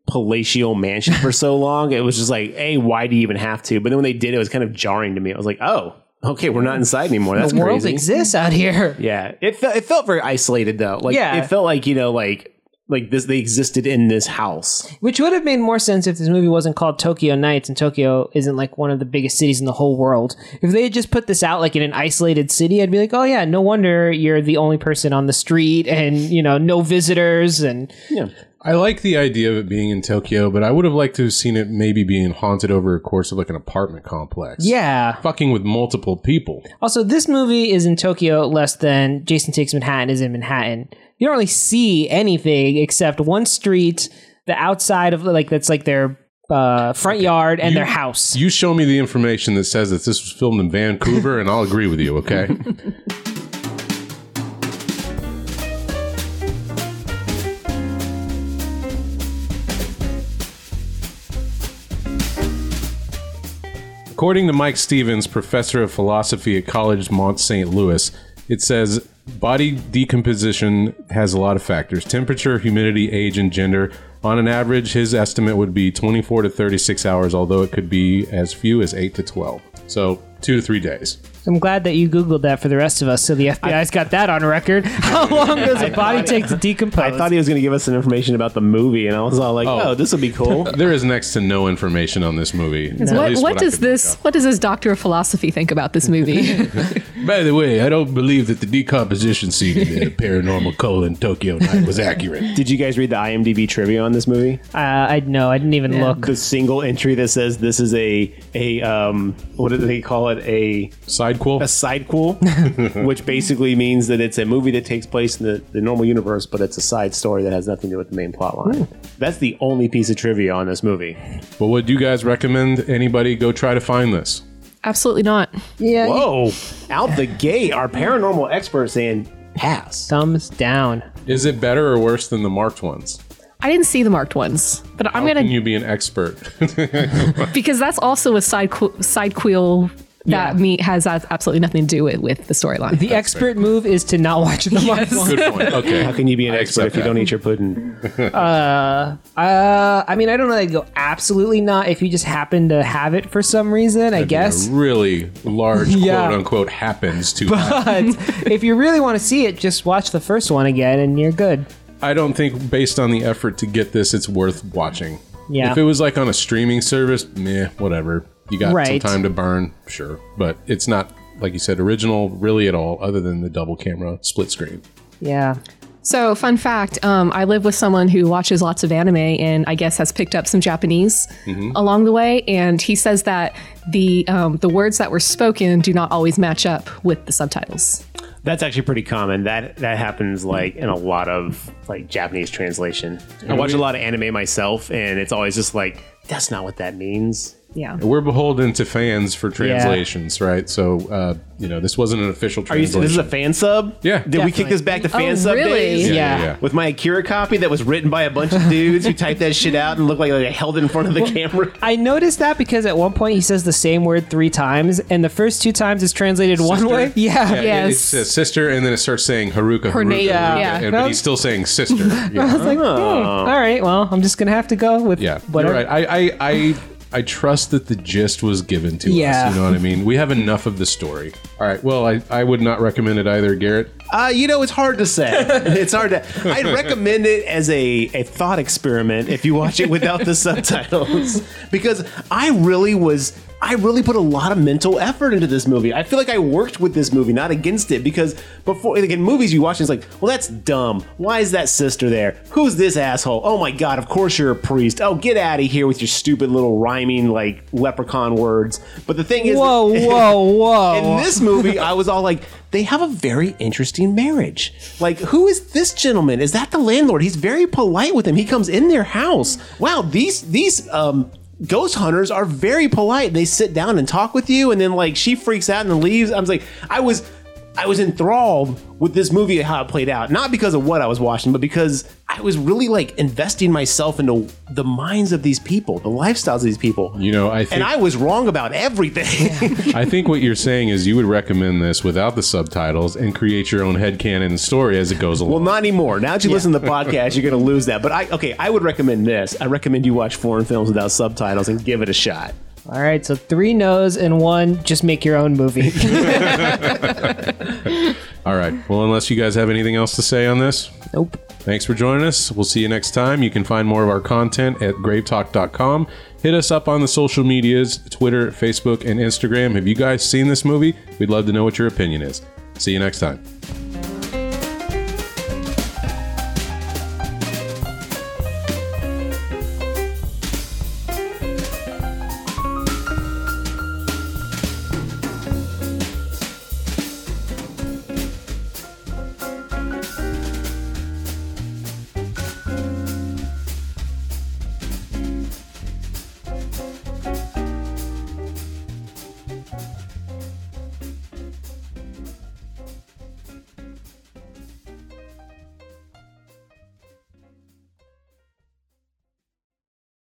palatial mansion for so long. It was just like, hey, why do you even have to? But then when they did, it was kind of jarring to me. I was like, oh, okay, we're not inside anymore. That's
the world
crazy.
exists out here.
Yeah, it felt it felt very isolated though. Like
Yeah.
it felt like you know like like this they existed in this house.
Which would have made more sense if this movie wasn't called Tokyo Nights and Tokyo isn't like one of the biggest cities in the whole world. If they had just put this out like in an isolated city, I'd be like, oh yeah, no wonder you're the only person on the street and, you know, no visitors. And
I like the idea of it being in Tokyo, but I would have liked to have seen it maybe being haunted over a course of like an apartment complex.
yeah.
Fucking with multiple people.
Also, this movie is in Tokyo less than Jason Takes Manhattan is in Manhattan. You don't really see anything except one street, the outside of like that's like their uh, front yard and their house.
You show me the information that says that this was filmed in Vancouver, and I'll agree with you, okay? According to Mike Stevens, professor of philosophy at College Mont St. Louis, it says body decomposition has a lot of factors temperature, humidity, age, and gender. On an average, his estimate would be 24 to 36 hours, although it could be as few as 8 to 12. So, two to three days.
I'm glad that you Googled that for the rest of us, so the FBI's got that on record. How long does a body take to decompose?
I thought he was going to give us some information about the movie, and I was all like, "Oh, this will be cool."
There is next to no information on this movie. at
What,
least
what
I
does
could look
this
up.
what does this doctor of philosophy think about
(laughs)
this movie?
By the way, I don't believe that the decomposition scene in
(laughs)
the paranormal colon Tokyo night was accurate.
Did you guys read the IMDb trivia on this movie?
uh, I no, I didn't even look.
The single entry that says this is a a um what do they call it a
Sidequel?
a sidequel, which basically means that it's a movie that takes place in the, the normal universe, but it's a side story that has nothing to do with the main plot line. That's the only piece of trivia on this movie.
But would you guys recommend anybody go try to find this?
Absolutely not.
Whoa! (laughs) Out the gate, our paranormal expert saying pass.
Thumbs down.
Is it better or worse than the marked ones?
I didn't see the marked ones, but I'm
Can
gonna
you be an expert? (laughs)
because that's also a side qu- side quill that meat has a- absolutely nothing to do with, with the storyline.
The (laughs) expert move is to not watch the yes.
Good point. Okay.
How can you be an
accept
expert if you
that.
don't eat your pudding?
(laughs) Uh, I mean, I don't know. They go absolutely not. If you just happen to have it for some reason, I guess.
A really large
(laughs) Yeah.
quote unquote happens to
(laughs) (laughs) But if you really want to see it, just watch the first one again, and you're good.
I don't think based on the effort to get this it's worth watching.
Yeah.
If it was like on a streaming service, meh, whatever. You got
Right.
some time to burn, sure. But it's not like you said original really at all other than the double camera split screen.
Yeah.
So, fun fact um, I live with someone who watches lots of anime and I guess has picked up some Japanese along the way. And he says that the, um, the words that were spoken do not always match up with the subtitles.
That's actually pretty common. That that happens like in a lot of like Japanese translation. I watch a lot of anime myself, and it's always just like that's not what that means.
Yeah.
We're beholden to fans for translations, right? So uh, you know, this wasn't an official
Are you,
translation.
this is a fan sub?
Yeah.
Did we kick this back to fan
Oh,
sub
really?
days?
yeah,
Yeah,
Yeah.
yeah.
With my Akira copy that was written by a bunch of dudes who typed that shit out and looked like they held it in
(laughs)
front of the camera.
I noticed that because at one point he says the same word three times, and the first two times is translated one
Sister?
way. (laughs) Yeah.
Yeah, it-
Yes.
It says sister, and then it starts saying Haruka.
Her
Haruka,
name,
Haruka,
yeah.
and- but he's still saying sister. Yeah.
I was like, hmm, all right, well, I'm just gonna have to go with
Um, Yeah,
whatever.
you're right. I, I, I, I trust that the gist was given to
Yeah.
us. You know what I mean? We have enough of the story. All right. Well, I, I would not recommend it either, Garrett.
Uh, you know, it's hard
(laughs)
to say. It's hard to. I'd recommend it as a, a thought experiment if you watch it without
(laughs)
the subtitles. Because I really was. I really put a lot of mental effort into this movie. I feel like I worked with this movie, not against it. Because before, like in movies you watch, and it's like, well, that's dumb. Why is that sister there? Who's this asshole? Oh my god, of course you're a priest. Oh, get out of here with your stupid little rhyming, like leprechaun words. But the thing is. (laughs)
Whoa, whoa, whoa!
In this movie, I was all like, they have a very interesting marriage. Like, who is this gentleman? Is that the landlord? He's very polite with him. He comes in their house. Wow, these these um ghost hunters are very polite. They sit down and talk with you, and then like she freaks out and then leaves. I was like, I was I was enthralled with this movie and how it played out. Not because of what I was watching, but because I was really like investing myself into the minds of these people, the lifestyles of these people.
You know, I think
and I was wrong about everything.
I think what you're saying is you would recommend this without the subtitles and create your own headcanon story as it goes along.
Well, not anymore. Now that you listen to the podcast, you're going to lose that. But I okay, I would recommend this. I recommend you watch foreign films without subtitles and give it a shot.
all right, so three no's and one. Just make your own movie. (laughs)
All right. Well, unless you guys have anything else to say on this,
nope.
Thanks for joining us. We'll see you next time. You can find more of our content at gravetalk.com. Hit us up on the social medias Twitter, Facebook, and Instagram. Have you guys seen this movie? We'd love to know what your opinion is. See you next time.